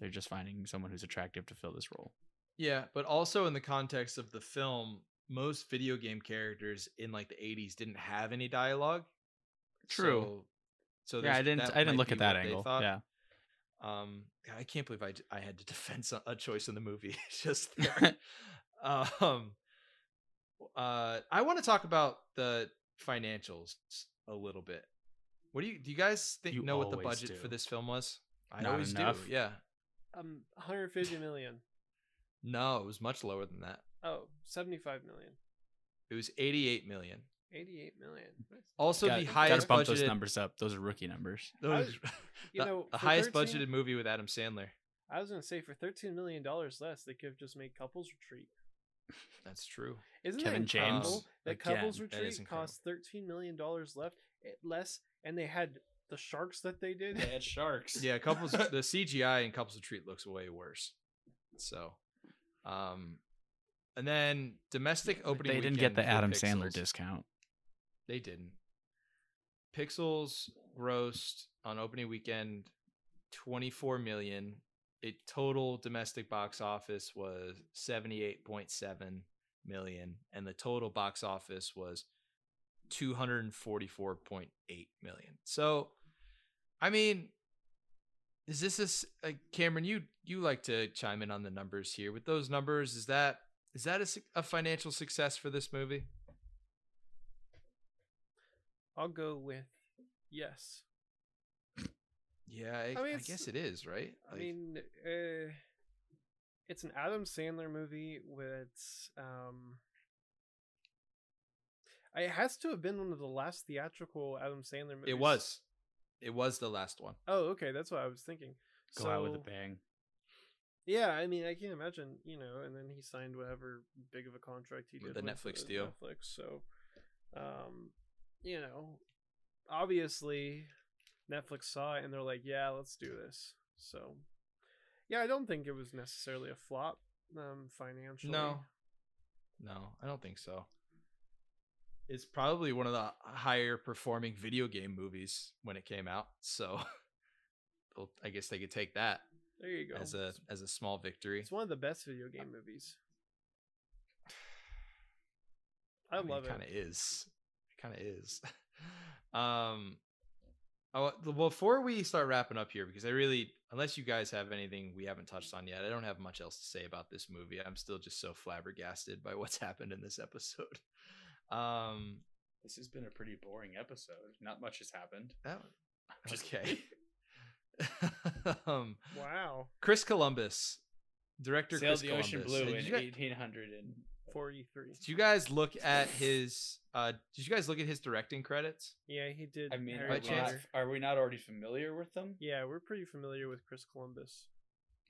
they're just finding someone who's attractive to fill this role.
Yeah, but also in the context of the film, most video game characters in like the 80s didn't have any dialogue.
True.
So, so
yeah,
there's-
I didn't
that
I didn't
might
look
be
at that
what they
angle.
thought.
Yeah.
Um, God, I can't believe I, j- I had to defend some, a choice in the movie. It's just there. um, uh, I want to talk about the financials a little bit. What do you do? You guys think
You
know what the
always
budget for
do.
this film was? I
Not
always
enough.
do. Yeah.
um 150 million.
No, it was much lower than that.
Oh, 75 million.
It was 88 million.
88 million. Nice.
Also,
Gotta-
the
gotta
highest
bump those
budgeted
numbers up. Those are rookie numbers.
those-
you
the,
know,
the
for
highest
13
budgeted movie with Adam Sandler.
I was going to say for 13 million dollars less, they could have just made Couples Retreat.
That's true.
Isn't
Kevin
that incredible
James,
that
again,
Couples
that
is
Retreat
incredible.
cost 13 million dollars left eh, less and they had the sharks that they did?
Dead sharks.
Yeah, couples. the CGI in couples retreat looks way worse. So, um, and then domestic opening.
they didn't get
weekend
the
for
Adam Sandler
Pixels.
discount.
They didn't. Pixels grossed on opening weekend 24 million. It total domestic box office was 78.7 million, and the total box office was 244.8 million. So, I mean, is this this like Cameron? You you like to chime in on the numbers here with those numbers? Is that is that a, suc- a financial success for this movie?
I'll go with yes.
Yeah, I,
mean,
I
it's-
guess it is, right?
I
Like,
mean, uh, it's an Adam Sandler movie with um it has to have been one of the last theatrical Adam Sandler movies.
it was, it was the last one.
Oh, okay, that's what I was thinking.
Go out with a
So-
bang.
Yeah, I mean, I can't imagine, you know. And then he signed whatever big of a contract he
With
did
the Netflix
uh,
deal.
Netflix, so, um, you know, obviously, Netflix saw it and they're like, "Yeah, let's do this." So, yeah, I don't think it was necessarily a flop, um, financially.
No, no, I don't think so. It's probably one of the higher performing video game movies when it came out. So, well, I guess they could take that
there you go.
as a as a small victory.
it's one of the best video game movies. I, love it.
Kind of is. It kind of is. um. Oh, the- before we start wrapping up here, because I really, unless you guys have anything we haven't touched on yet, I don't have much else to say about this movie. I'm still just so flabbergasted by what's happened in this episode. Um,
This has been a pretty boring episode. Not much has happened.
That one.
Just
Okay. um,
Wow,
Chris Columbus, director
Sailed
Chris
the
Columbus.
ocean blue
Did
in
you, guys,
eighteen hundred and
forty-three.
did you guys look at his? Uh, did you guys look at his directing credits?
Yeah, he did.
I mean,
Harry
are we,
chance-
not,
Potter.
are we not already familiar with them?
Yeah, we're pretty familiar with Chris Columbus.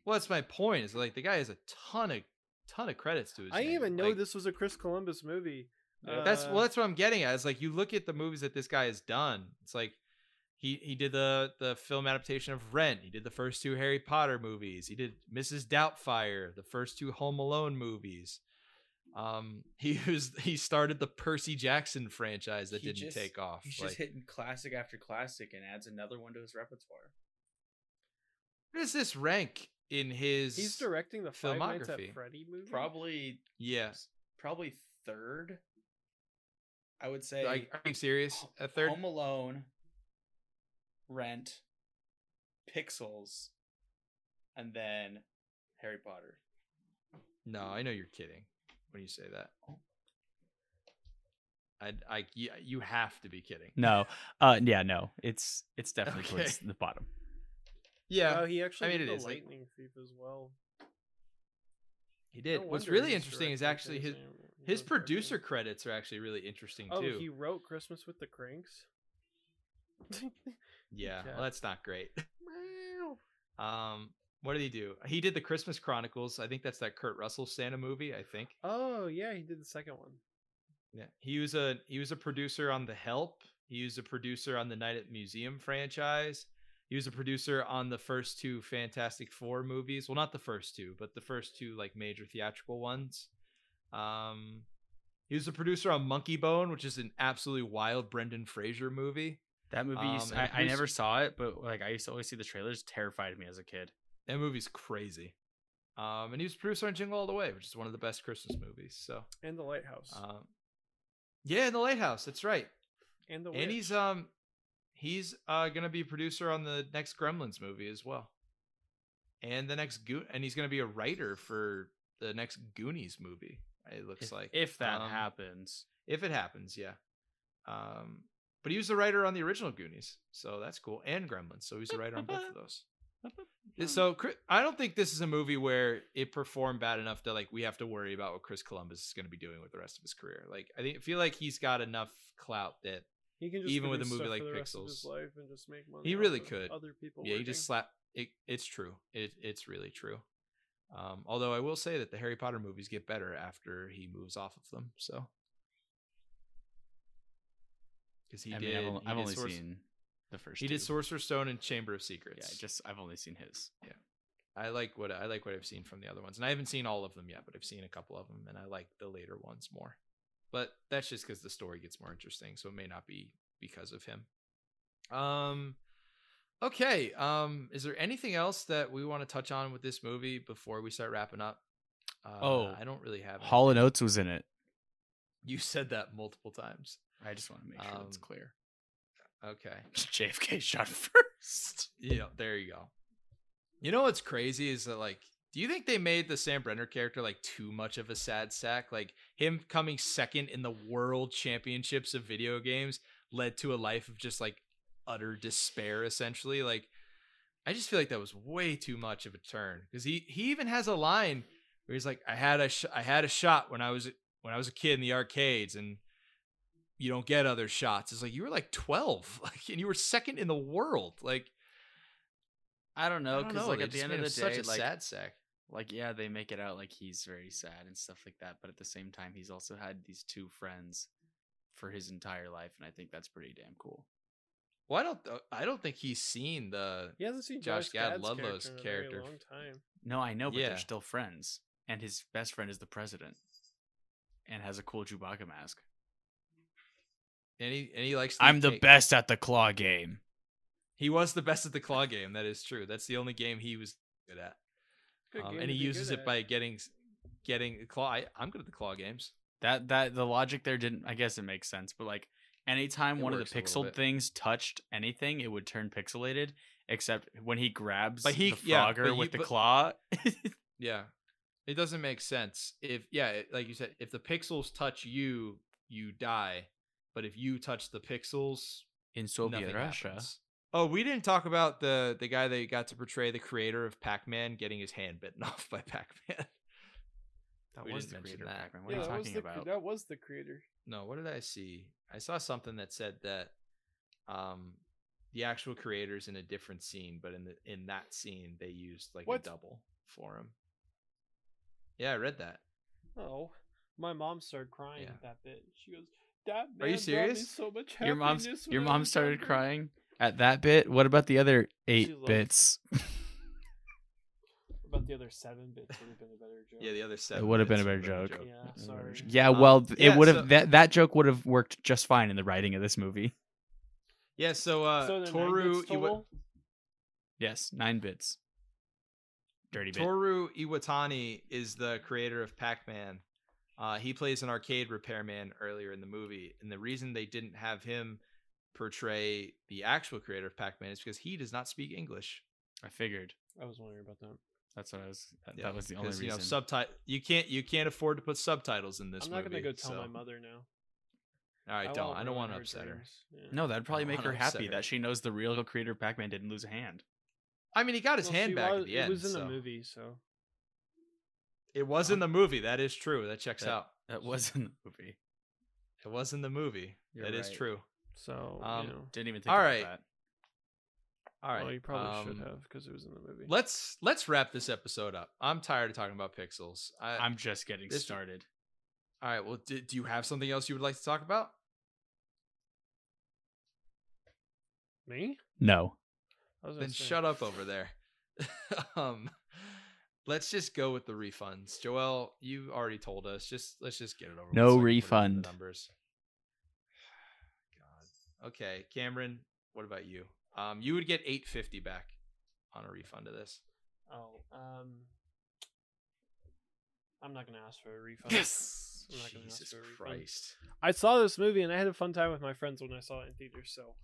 Well, that's my point. Is like the guy has a ton of ton of credits to his.
I didn't
name.
even know
Like,
this was a Chris Columbus movie.
Yeah.
That's well,
Uh,
that's what I'm getting at. It's like you look at the movies that this guy has done. It's like he he did the the film adaptation of Rent. He did the first two Harry Potter movies. He did Mrs. Doubtfire, the first two Home Alone movies. Um, he was he started the Percy Jackson franchise that
He
didn't
just-
take off.
He's
Like,
just hitting classic after classic and adds another one to his repertoire.
where does this rank in his?
He's directing the Five Nights at
filmography.
Freddy movie.
Probably,
Yeah,
probably third. I would say
like are you serious?
Ho-
A third?
Home Alone, Rent, Pixels, and then Harry Potter.
No, I know you're kidding when you say that. I I you- you have to be kidding.
No. Uh yeah, no. It's it's definitely towards
Okay.
the bottom.
Yeah,
Wow, Oh, he actually
mean,
did
it
the
is, like-
Lightning Thief as well.
He did.
No
What's
wonder
really
he's
interesting is
directing
actually his
things and- and
his
wrote directing.
producer credits are actually really interesting
Oh,
too.
he wrote Christmas with the Cranks.
yeah,
yeah.
well, that's not great. Um, what did he do? He did the Christmas Chronicles. I think that's that Kurt Russell Santa movie. I think.
oh yeah, he did the second one.
Yeah, he was a he was a producer on The Help. He was a producer on the Night at the Museum franchise. He was a producer on the first two Fantastic Four movies. Well, not the first two, but the first two like major theatrical ones. Um, he was a producer on Monkey Bone, which is an absolutely wild Brendan Fraser movie.
That movie used,
Um,
I,
and
I never
Bruce-
saw it, but like I used to always see the trailers, terrified me as a kid.
That movie's crazy. Um, and he was a producer on Jingle All the Way, which is one of the best Christmas movies. So,
And the Lighthouse.
um, yeah, and The Lighthouse. That's right.
and the
and
Witch.
he's um he's uh gonna be a producer on the next gremlins movie as well and the next Goon, and he's gonna be a writer for the next goonies movie it looks
if,
like
if that
Um,
happens.
if it happens yeah um but he was the writer on the original goonies so that's cool and gremlins so he's the writer on both of those
Um,
Th- so Chri- i don't think this is a movie where it performed bad enough that like we have to worry about what chris columbus is going to be doing with the rest of his career like i think feel like he's got enough clout that
he can just
even with a
produce
movie
stuff
like
for the rest of
Pixels,
his life and just make money.
he
off
really
of
could.
Other people.
yeah, you just
working.
slap. It, it's true. It, it's really true. Um, although I will say that the Harry Potter movies get better after he moves off of them. So, because he
I mean,
did,
I've,
he
only, I've
did
only
Sorcer-
seen the first.
he did
two.
Sorcerer's Stone and Chamber of
Yeah,
Secrets.
just I've only seen his.
I like what I like what I've seen from the other ones, and I haven't seen all of them yet, but I've seen a couple of them, and I like the later ones more. But that's just because the story gets more interesting, so it may not be because of him. Um, okay. Um, is there anything else that we want to touch on with this movie before we start wrapping up? Uh,
Oh,
I don't really have.
Hall and
anything.
Oates was in it.
You said that multiple times.
I just want to make sure that's
Um,
clear.
Okay.
JFK shot first.
Yeah, there you go. You know what's crazy is that like, do you think they made the Sam Brenner character like too much of a sad sack? Like him coming second in the world championships of video games led to a life of just like utter despair, essentially. Like, I just feel like that was way too much of a turn because he he even has a line where he's like, "I had a sh- I had a shot when I was when I was a kid in the arcades and." You don't get other shots. It's like you were like twelve, like, and you were second in the world. Like,
I don't
I
know
don't
because
know,
like
they
at the
just
end of
made
the
him
day,
such a
like
sad sack.
like yeah, they make it out like he's very sad and stuff like that. But at the same time, he's also had these two friends for his entire life, and I think that's pretty damn cool.
Well, I don't. th- I don't think he's seen the.
He hasn't seen
Josh
Josh,
Gad
Gad's
Ludlow's
character, in a
character.
Very long time.
No, I know, but
Yeah.
they're still friends, and his best friend is the president, and has a cool Chewbacca mask.
And he and he likes. to
I'm
eat
the
cake.
best at the claw game.
He was the best at the claw game. That is true. That's the only game he was good at.
Good
Um,
game
and
to
he
be
uses
good
it
at.
by getting, getting claw. I, I'm good at the claw games.
That that the logic there didn't. I guess it makes sense, but like anytime
It
one of the
works a little
pixeled
bit.
things touched anything, it would turn pixelated. Except when he grabs
But he-
the
yeah,
frogger
but
with
you-
the
but-
claw,
Yeah, it doesn't make sense. If yeah, it- like you said, if the pixels touch you, you die. But if you touch the pixels,
in Soviet
nothing
Russia.
happens. Oh, we didn't talk about the the guy that got to portray the creator of Pac-Man getting his hand bitten off by Pac-Man.
That
We
was
didn't
the
mention
creator of
that.
Pac-Man. What
Yeah,
are you
that was
talking
the cre-
about?
That was the creator.
no what did i see i saw something that said that um the actual creators in a different scene but in the in that scene they used like
What?
a double for him yeah i read that
Oh, my mom started crying
Yeah.
at that bit. She goes, "That
Are
man
you
brought me
serious?
So much
your mom's
happiness when
your
I
mom
was
started
younger."
crying at that bit. What about the other eight
loved-
bits?
About the other seven bits would have been a better joke.
yeah the other seven
it would have been a
minutes
better
would've
joke.
been
Yeah,
It would've been a
sorry.
better joke. Mm, Yeah,
Um,
well, th-
yeah,
it would have
so-
that that joke would have worked just fine in the writing of this movie.
yeah so uh
so there are nine
toru
bits total?
Iwa-
Yes, nine bits. Dirty bit.
toru iwatani is the creator of pac-man uh he plays an arcade repairman earlier in the movie and the reason they didn't have him portray the actual creator of pac-man is because he does not speak english
I figured.
I was wondering about that.
That's what I was. That,
Yeah,
that was the only
'cause,
reason.
You know, subti- you can't you can't afford to put subtitles in this
I'm not
movie.
gonna go tell
so-
my mother now.
All right, don't.
won't
I don't
ruin
want to
her
upset her.
dreams. Yeah.
no, that'd probably
I
make
wanna
her
upset
happy
her.
that she knows the real creator of Pac-Man didn't lose a hand.
I mean, he got his
Well,
hand
she
back
was,
at the end.
It was in
so-
the movie, so
It was in the movie. That is true. That checks
That-
out.
That was in the movie.
It was in the movie. That
You're
is
right.
true.
so
Um,
you know.
Didn't even think.
All
about
right.
that.
All right.
Well, you probably should
um,
have because it was in the movie.
Let's let's wrap this episode up. I'm tired of talking about pixels. I,
I'm just getting
uh, this-
started.
all right. Well, do, do you have something else you would like to talk about?
Me?
No.
I was gonna
Then
say-
shut up over there. um, let's just go with the refunds. Joel, you already told us. Just let's just get it over. with
No
so I can put it in the
refund.
numbers. God. Okay, Cameron. What about you? Um, you would get eight fifty back on a refund of this.
Oh, um, I'm not gonna ask for a refund.
Yes.
I'm not gonna ask
Jesus
for a refund.
Christ.
I saw this movie and I had a fun time with my friends when I saw it in theaters. So,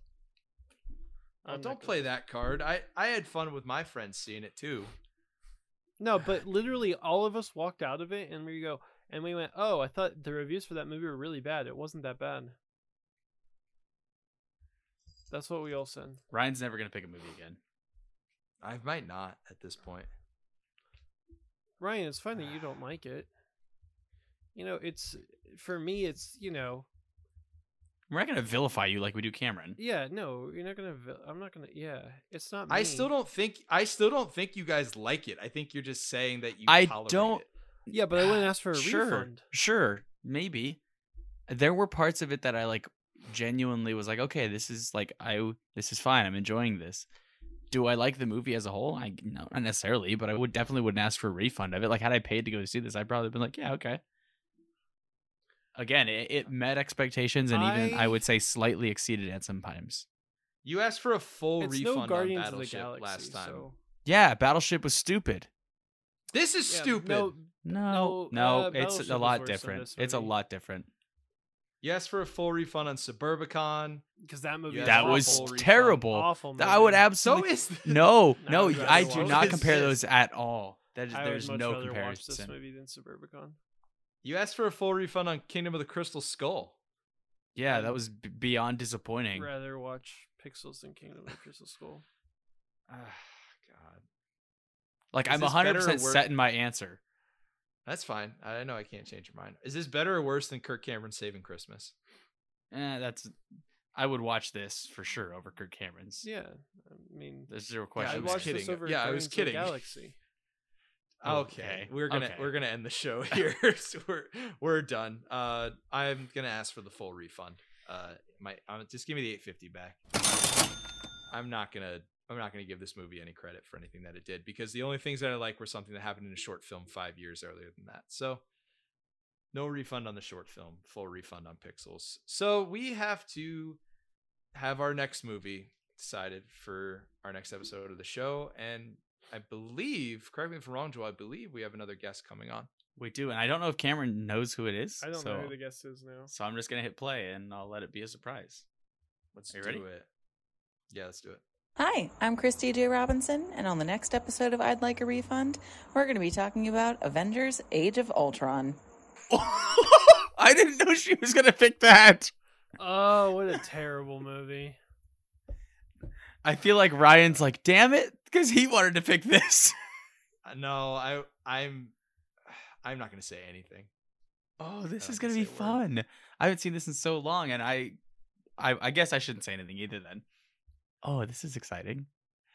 Oh,
I'm not
don't
gonna-
play that card. I I had fun with my friends seeing it too.
No, but literally all of us walked out of it and we go and we went, "Oh, I thought the reviews for that movie were really bad. It wasn't that bad." That's what we all said.
Ryan's never gonna pick a movie again.
I might not at this point.
Ryan, it's fine that you don't like it. You know, it's for me. It's you know,
We're not gonna vilify you like we do Cameron.
yeah. No, you're not gonna. vil- I'm not gonna. Yeah, it's not.
I still
me.
don't think I still don't think you guys like it. I think you're just saying that you
I
tolerate
don't-
it.
Yeah, but I wouldn't ask for a
sure,
refund.
Sure, maybe. There were parts of it that I like genuinely was like, okay, this is like I this is fine. I'm enjoying this. Do I like the movie as a whole? I no, not necessarily, but I would definitely wouldn't ask for a refund of it. Like had I paid to go see this, I'd probably been like, yeah, okay. Again, it, it met expectations and even I
I-
would say slightly exceeded at some times.
You asked for a full
It's
refund
no
on
Guardians of the
Battleship
Galaxy.
last time.
So
Yeah, Battleship was stupid.
This is
Yeah,
stupid.
No,
No,
No,
no,
uh,
it's
Battleship
a
was
lot
worse than
different.
this
It's a
movie.
lot different.
You asked for a full refund on Suburbicon.
because that movie
Yeah,
is
that
awful.
was
refund.
terrible.
Awful
Th- I would
movie.
So
absolutely
is this.
no,
I
no.
would
I
rather
do
watch
not
this.
compare those at all. That is,
I
there's
would much
no
rather watch this
comparison.
movie than Suburbicon.
You asked for a full refund on Kingdom of the Crystal Skull.
Yeah, that was b- beyond disappointing.
Rather watch Pixels than Kingdom of the Crystal Skull.
Ah, God,
Like
Is
I'm
this better or
100 percent
worse?
set in my answer.
that's fine. I know I can't change your mind. Is this better or worse than Kirk Cameron saving Christmas?
Eh, that's. I would watch this for sure over Kirk Cameron's.
Yeah, I mean,
There's zero
I
I
question.
was
watched this
kidding.
over
Yeah, I was
Guardians of the
kidding.
Galaxy.
Oh, Okay.
Okay,
We're gonna
okay.
we're gonna end the show here. so we're we're done. Uh I'm gonna ask for the full refund. Uh my um, just give me the 850 back. I'm not gonna I'm not gonna give this movie any credit for anything that it did because the only things that I like were something that happened in a short film five years earlier than that. So no refund on the short film, full refund on pixels. So we have to have our next movie decided for our next episode of the show. And I believe, correct me if I'm wrong, Joel, I believe we have another guest coming on.
We do, and I don't know if Cameron knows who it is.
I don't
so,
know who the guest is now.
So I'm just gonna hit play, and I'll let it be a surprise.
Let's
Are you
do
ready?
it. Yeah, let's do it.
Hi, I'm Christy J. Robinson, and on the next episode of I'd Like a Refund, we're going to be talking about Avengers Age of Ultron.
I didn't know she was gonna pick that.
Oh, what a terrible movie!
I feel like Ryan's like, damn it, because he wanted to pick this.
Uh, No, I I'm I'm not gonna say anything.
Oh, this
don't
is
think
gonna be
it's a word.
fun. I haven't seen this in so long, and I, I, I guess I shouldn't say anything either. Then, oh, this is exciting.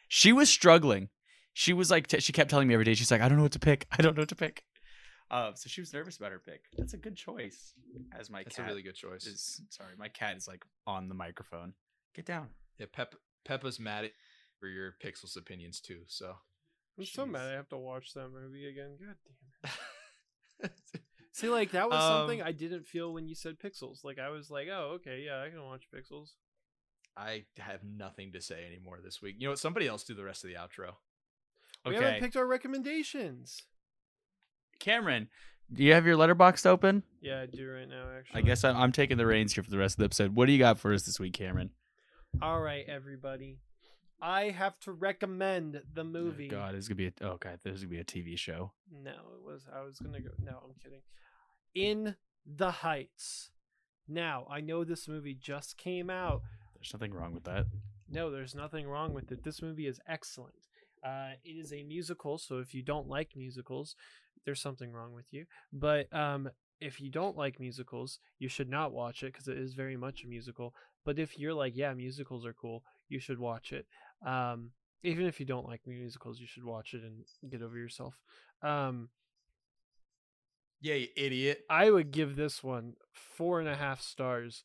She was struggling. She was like, t- she kept telling me every day. She's like, I don't know what to pick. I don't know what to pick. Uh, so she was nervous about her pick. That's a good choice. As my
That's
cat
a really good choice.
is, sorry, my cat is like on the microphone. Get down.
Yeah, Pep Peppa's mad at for your pixels opinions too, so
I'm so mad
Jeez.
I have to watch that movie again. God damn it. See, like that was something
Um,
I didn't feel when you said Pixels. Like I was like, oh, okay, yeah, I can watch Pixels.
I have nothing to say anymore this week. You know what? Somebody else do the rest of the outro.
Okay,
We haven't picked our recommendations.
Cameron, do you have your letterbox open?
Yeah, I do right now. Actually,
I guess I'm, I'm taking the reins here for the rest of the episode. What do you got for us this week, Cameron?
All right, everybody. I have to recommend the
Oh,
movie.
God, this is gonna be a oh god, this is gonna be a TV show.
No, it was. I was gonna go. No, I'm kidding. In the Heights. Now I know this movie just came out,
There's nothing wrong with that.
No, there's nothing wrong with it. This movie is excellent. Uh, it is a musical, so if you don't like musicals, there's something wrong with you. But um, if you don't like musicals, you should not watch it because it is very much a musical. But if you're like, yeah, musicals are cool, you should watch it. Um, even if you don't like musicals, you should watch it and get over yourself. Um,
Yeah, you idiot.
I would give this one four and a half stars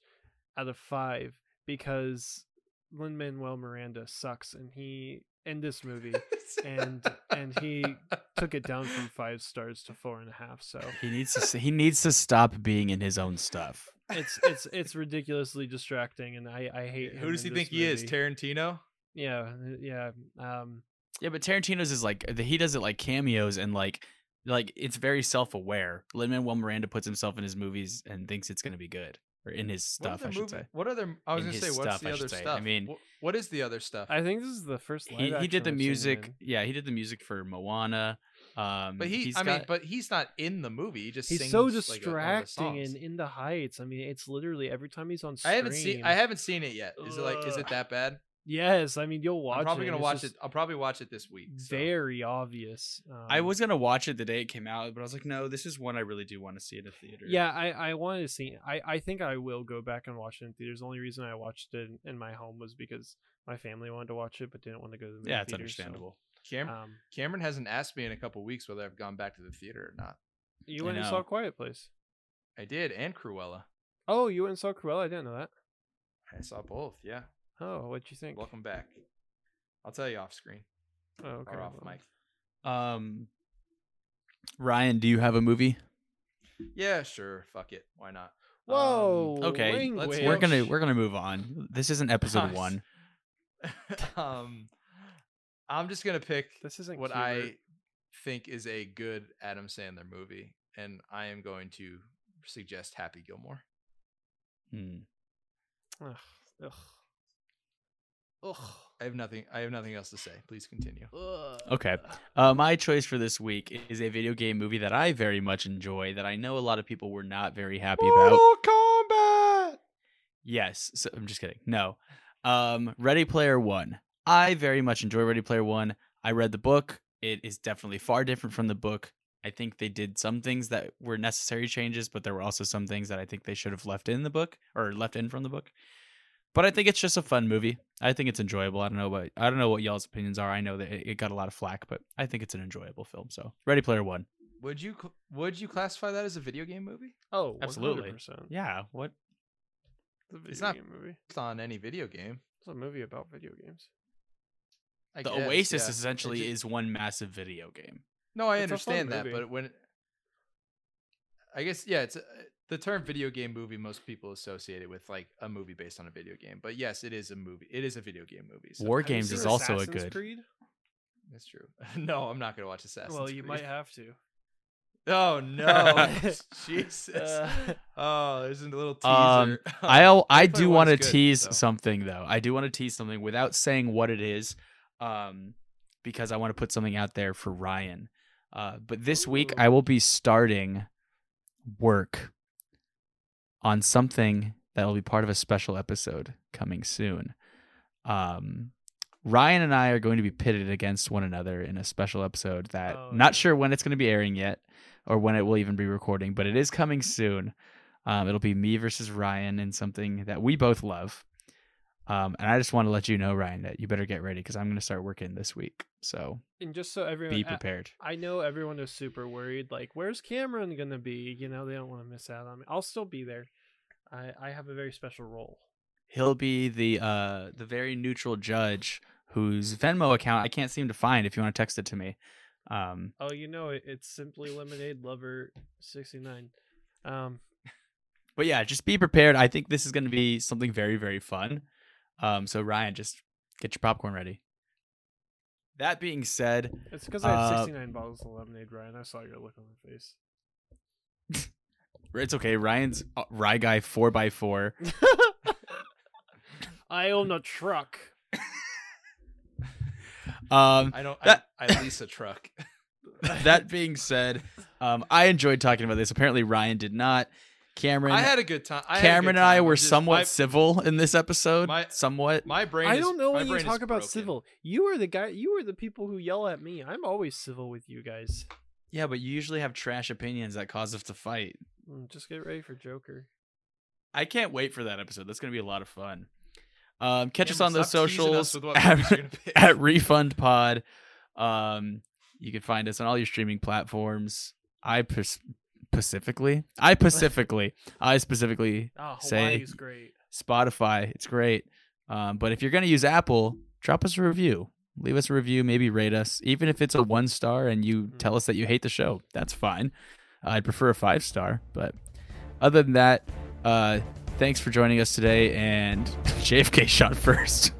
out of five because Lin Manuel Miranda sucks, and he in this movie and and he took it down from five stars to four and a half. So
He needs to s- he needs to stop being in his own stuff.
it's it's it's ridiculously distracting, and I I hate.
Who
him
does he
in
think
this
he is?
movie.
Tarantino?
yeah, uh, yeah. Um,
Yeah, but Tarantino's is like the- he does it like cameos and like like it's very self aware. Lin Manuel Miranda puts himself in his movies and thinks it's gonna be good or in his
What
stuff. I
other
should
movie-
say.
What other? I was
In
gonna
his
say, what's
stuff,
the
I should
other
say. I
stuff?
mean-
Wh- what is the other stuff?
I think this is the first.
He
live
he did the
action I've seen him
music.
in.
Yeah, he did the music for Moana. Um,
but he,
he's
I mean,
got-
but he's not in the movie. He just
He's
sings,
so
like, a- one of the
distracting
songs.
and in the heights. I mean, it's literally every time he's on screen.
I haven't seen. I haven't seen it yet. Is it like? Is it
Ugh.
that bad?
Yes, I mean you'll watch.
I'm probably
it, and
gonna
it's
watch
just
it. I'll probably watch it this week. so.
Very obvious. Um,
I was gonna watch it the day it came out, but I was like, no, this is one I really do want to see in a theater.
Yeah, I I wanted to see. I I think I will go back and watch it in theaters. The only reason I watched it in, in my home was because my family wanted to watch it, but didn't want to go to the movie
yeah, it's
theater, so,
understandable.
Cam-
um,
Cameron hasn't asked me in a couple weeks whether I've gone back to the theater or not.
you
I
went and
know.
saw Quiet Place.
I did, and Cruella.
Oh, you went and saw Cruella. I didn't know that.
I saw both. Yeah.
Oh, what'd you think?
Welcome back. I'll tell you off screen
oh, okay.
or off
well.
mic.
Um, Ryan, do you have a movie?
Yeah, sure. Fuck it. Why not? Um,
Whoa.
okay,
let's-
language.
We're gonna we're gonna move on. This isn't episode
oh, Nice.
one.
um, I'm just gonna pick
This isn't
what
Qbert.
I think is a good Adam Sandler movie, and I am going to suggest Happy Gilmore.
Hmm.
Ugh. Ugh. Ugh.
I have nothing. I have nothing else to say. Please continue.
Okay.
Ugh.
Uh, my choice for this week is a video game movie that I very much enjoy that I know a lot of people were not very happy about.
Combat.
Yes. So, I'm just kidding. No. Um, Ready Player One. I very much enjoy Ready Player One. I read the book. It is definitely far different from the book. I think they did some things that were necessary changes, but there were also some things that I think they should have left in the book or left in from the book. But I think it's just a fun movie. I think it's enjoyable. I don't know what I don't know what y'all's opinions are. I know that it it got a lot of flack, but I think it's an enjoyable film. So Ready Player One.
Would you cl- would you classify that as a video game movie?
Oh,
Absolutely.
100%.
Yeah. What?
It's a video
It's not-
game movie.
It's on any video game.
It's a movie about video games.
I
the
guess,
Oasis
yeah. It
essentially
ju-
is one massive video game.
No, I
It's a fun
understand that,
movie.
but when I guess yeah, it's a- the term video game movie most people associate it with like a movie based on a video game. But yes, it is a movie. It is a video game movie. so-
War
Have you
Games
seen
is also a
Assassin's
good-
Creed?
That's true. no, I'm not gonna watch Assassin's
well, you
Creed.
might have to.
Oh no, Jesus!
Uh,
oh, there's a little teaser.
Um, I al- I
Play
do
One
want
is
to
good,
tease
so.
something though. I do want to tease something without saying what it is, um, because I want to put something out there for Ryan. Uh, but this week I
Ooh.
will be starting work on something that will be part of a special episode coming soon. Um, Ryan and I are going to be pitted against one another in a special episode that
Oh,
not
yeah.
sure when it's going to be airing yet or when it will even be recording, but it is coming soon. Um, it'll be me versus Ryan in something that we both love. Um, and I just want to let you know, Ryan, that you better get ready because I'm going to start working this week. So
And just so everyone,
be
I-
prepared.
I know everyone is super worried. Like, where's Cameron gonna be? You know, they don't want to miss out on me. I'll still be there. I I have a very special role.
He'll be the uh, the very neutral judge whose Venmo account I can't seem to find. If you want to text it to me, um,
Oh, you know it, it's simply lemonade lover sixty nine. Um,
but yeah, just be prepared. I think this is going to be something very, very fun. Um, so Ryan, just get your popcorn ready. That being said,
it's because I have
Uh,
sixty nine bottles of lemonade, Ryan. I saw your look on my face.
it's okay. Ryan's uh, Rye Guy four by four.
I own a truck.
Um,
I don't.
That-
I, I lease a truck.
that being said, um, I enjoyed talking about this. Apparently, Ryan did not. Cameron,
I had a good time. I had a good
Cameron, and I
time.
were
I'm just-
somewhat
my-
civil in this episode.
my-
somewhat.
My brain.
I
is-
don't know
my
when you
brain is
talk about
broken.
civil. You are the guy. You are the people who yell at me. I'm always civil with you guys.
yeah, but you usually have trash opinions that cause us to fight.
Mm, Just get ready for Joker.
I can't wait for that episode. That's going to be a lot of fun. Um, catch us
Cameron,
on the
stop teasing us
socials
with what movies you're
at,
gonna pick.
at Refund Pod. Um, you can find us on all your streaming platforms. I pers- specifically, I specifically, I specifically
Oh,
Say-
Hawaii's great.
Spotify. It's great. Um, but if you're going to use Apple, drop us a review. Leave us a review, maybe rate us. Even if it's a one star and you
Mm.
tell us that you hate the show, that's fine. I'd prefer a five star. But other than that, uh, thanks for joining us today. And JFK shot first.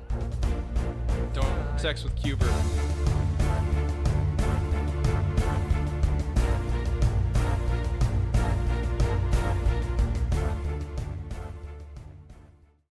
Don't have sex with Cuber.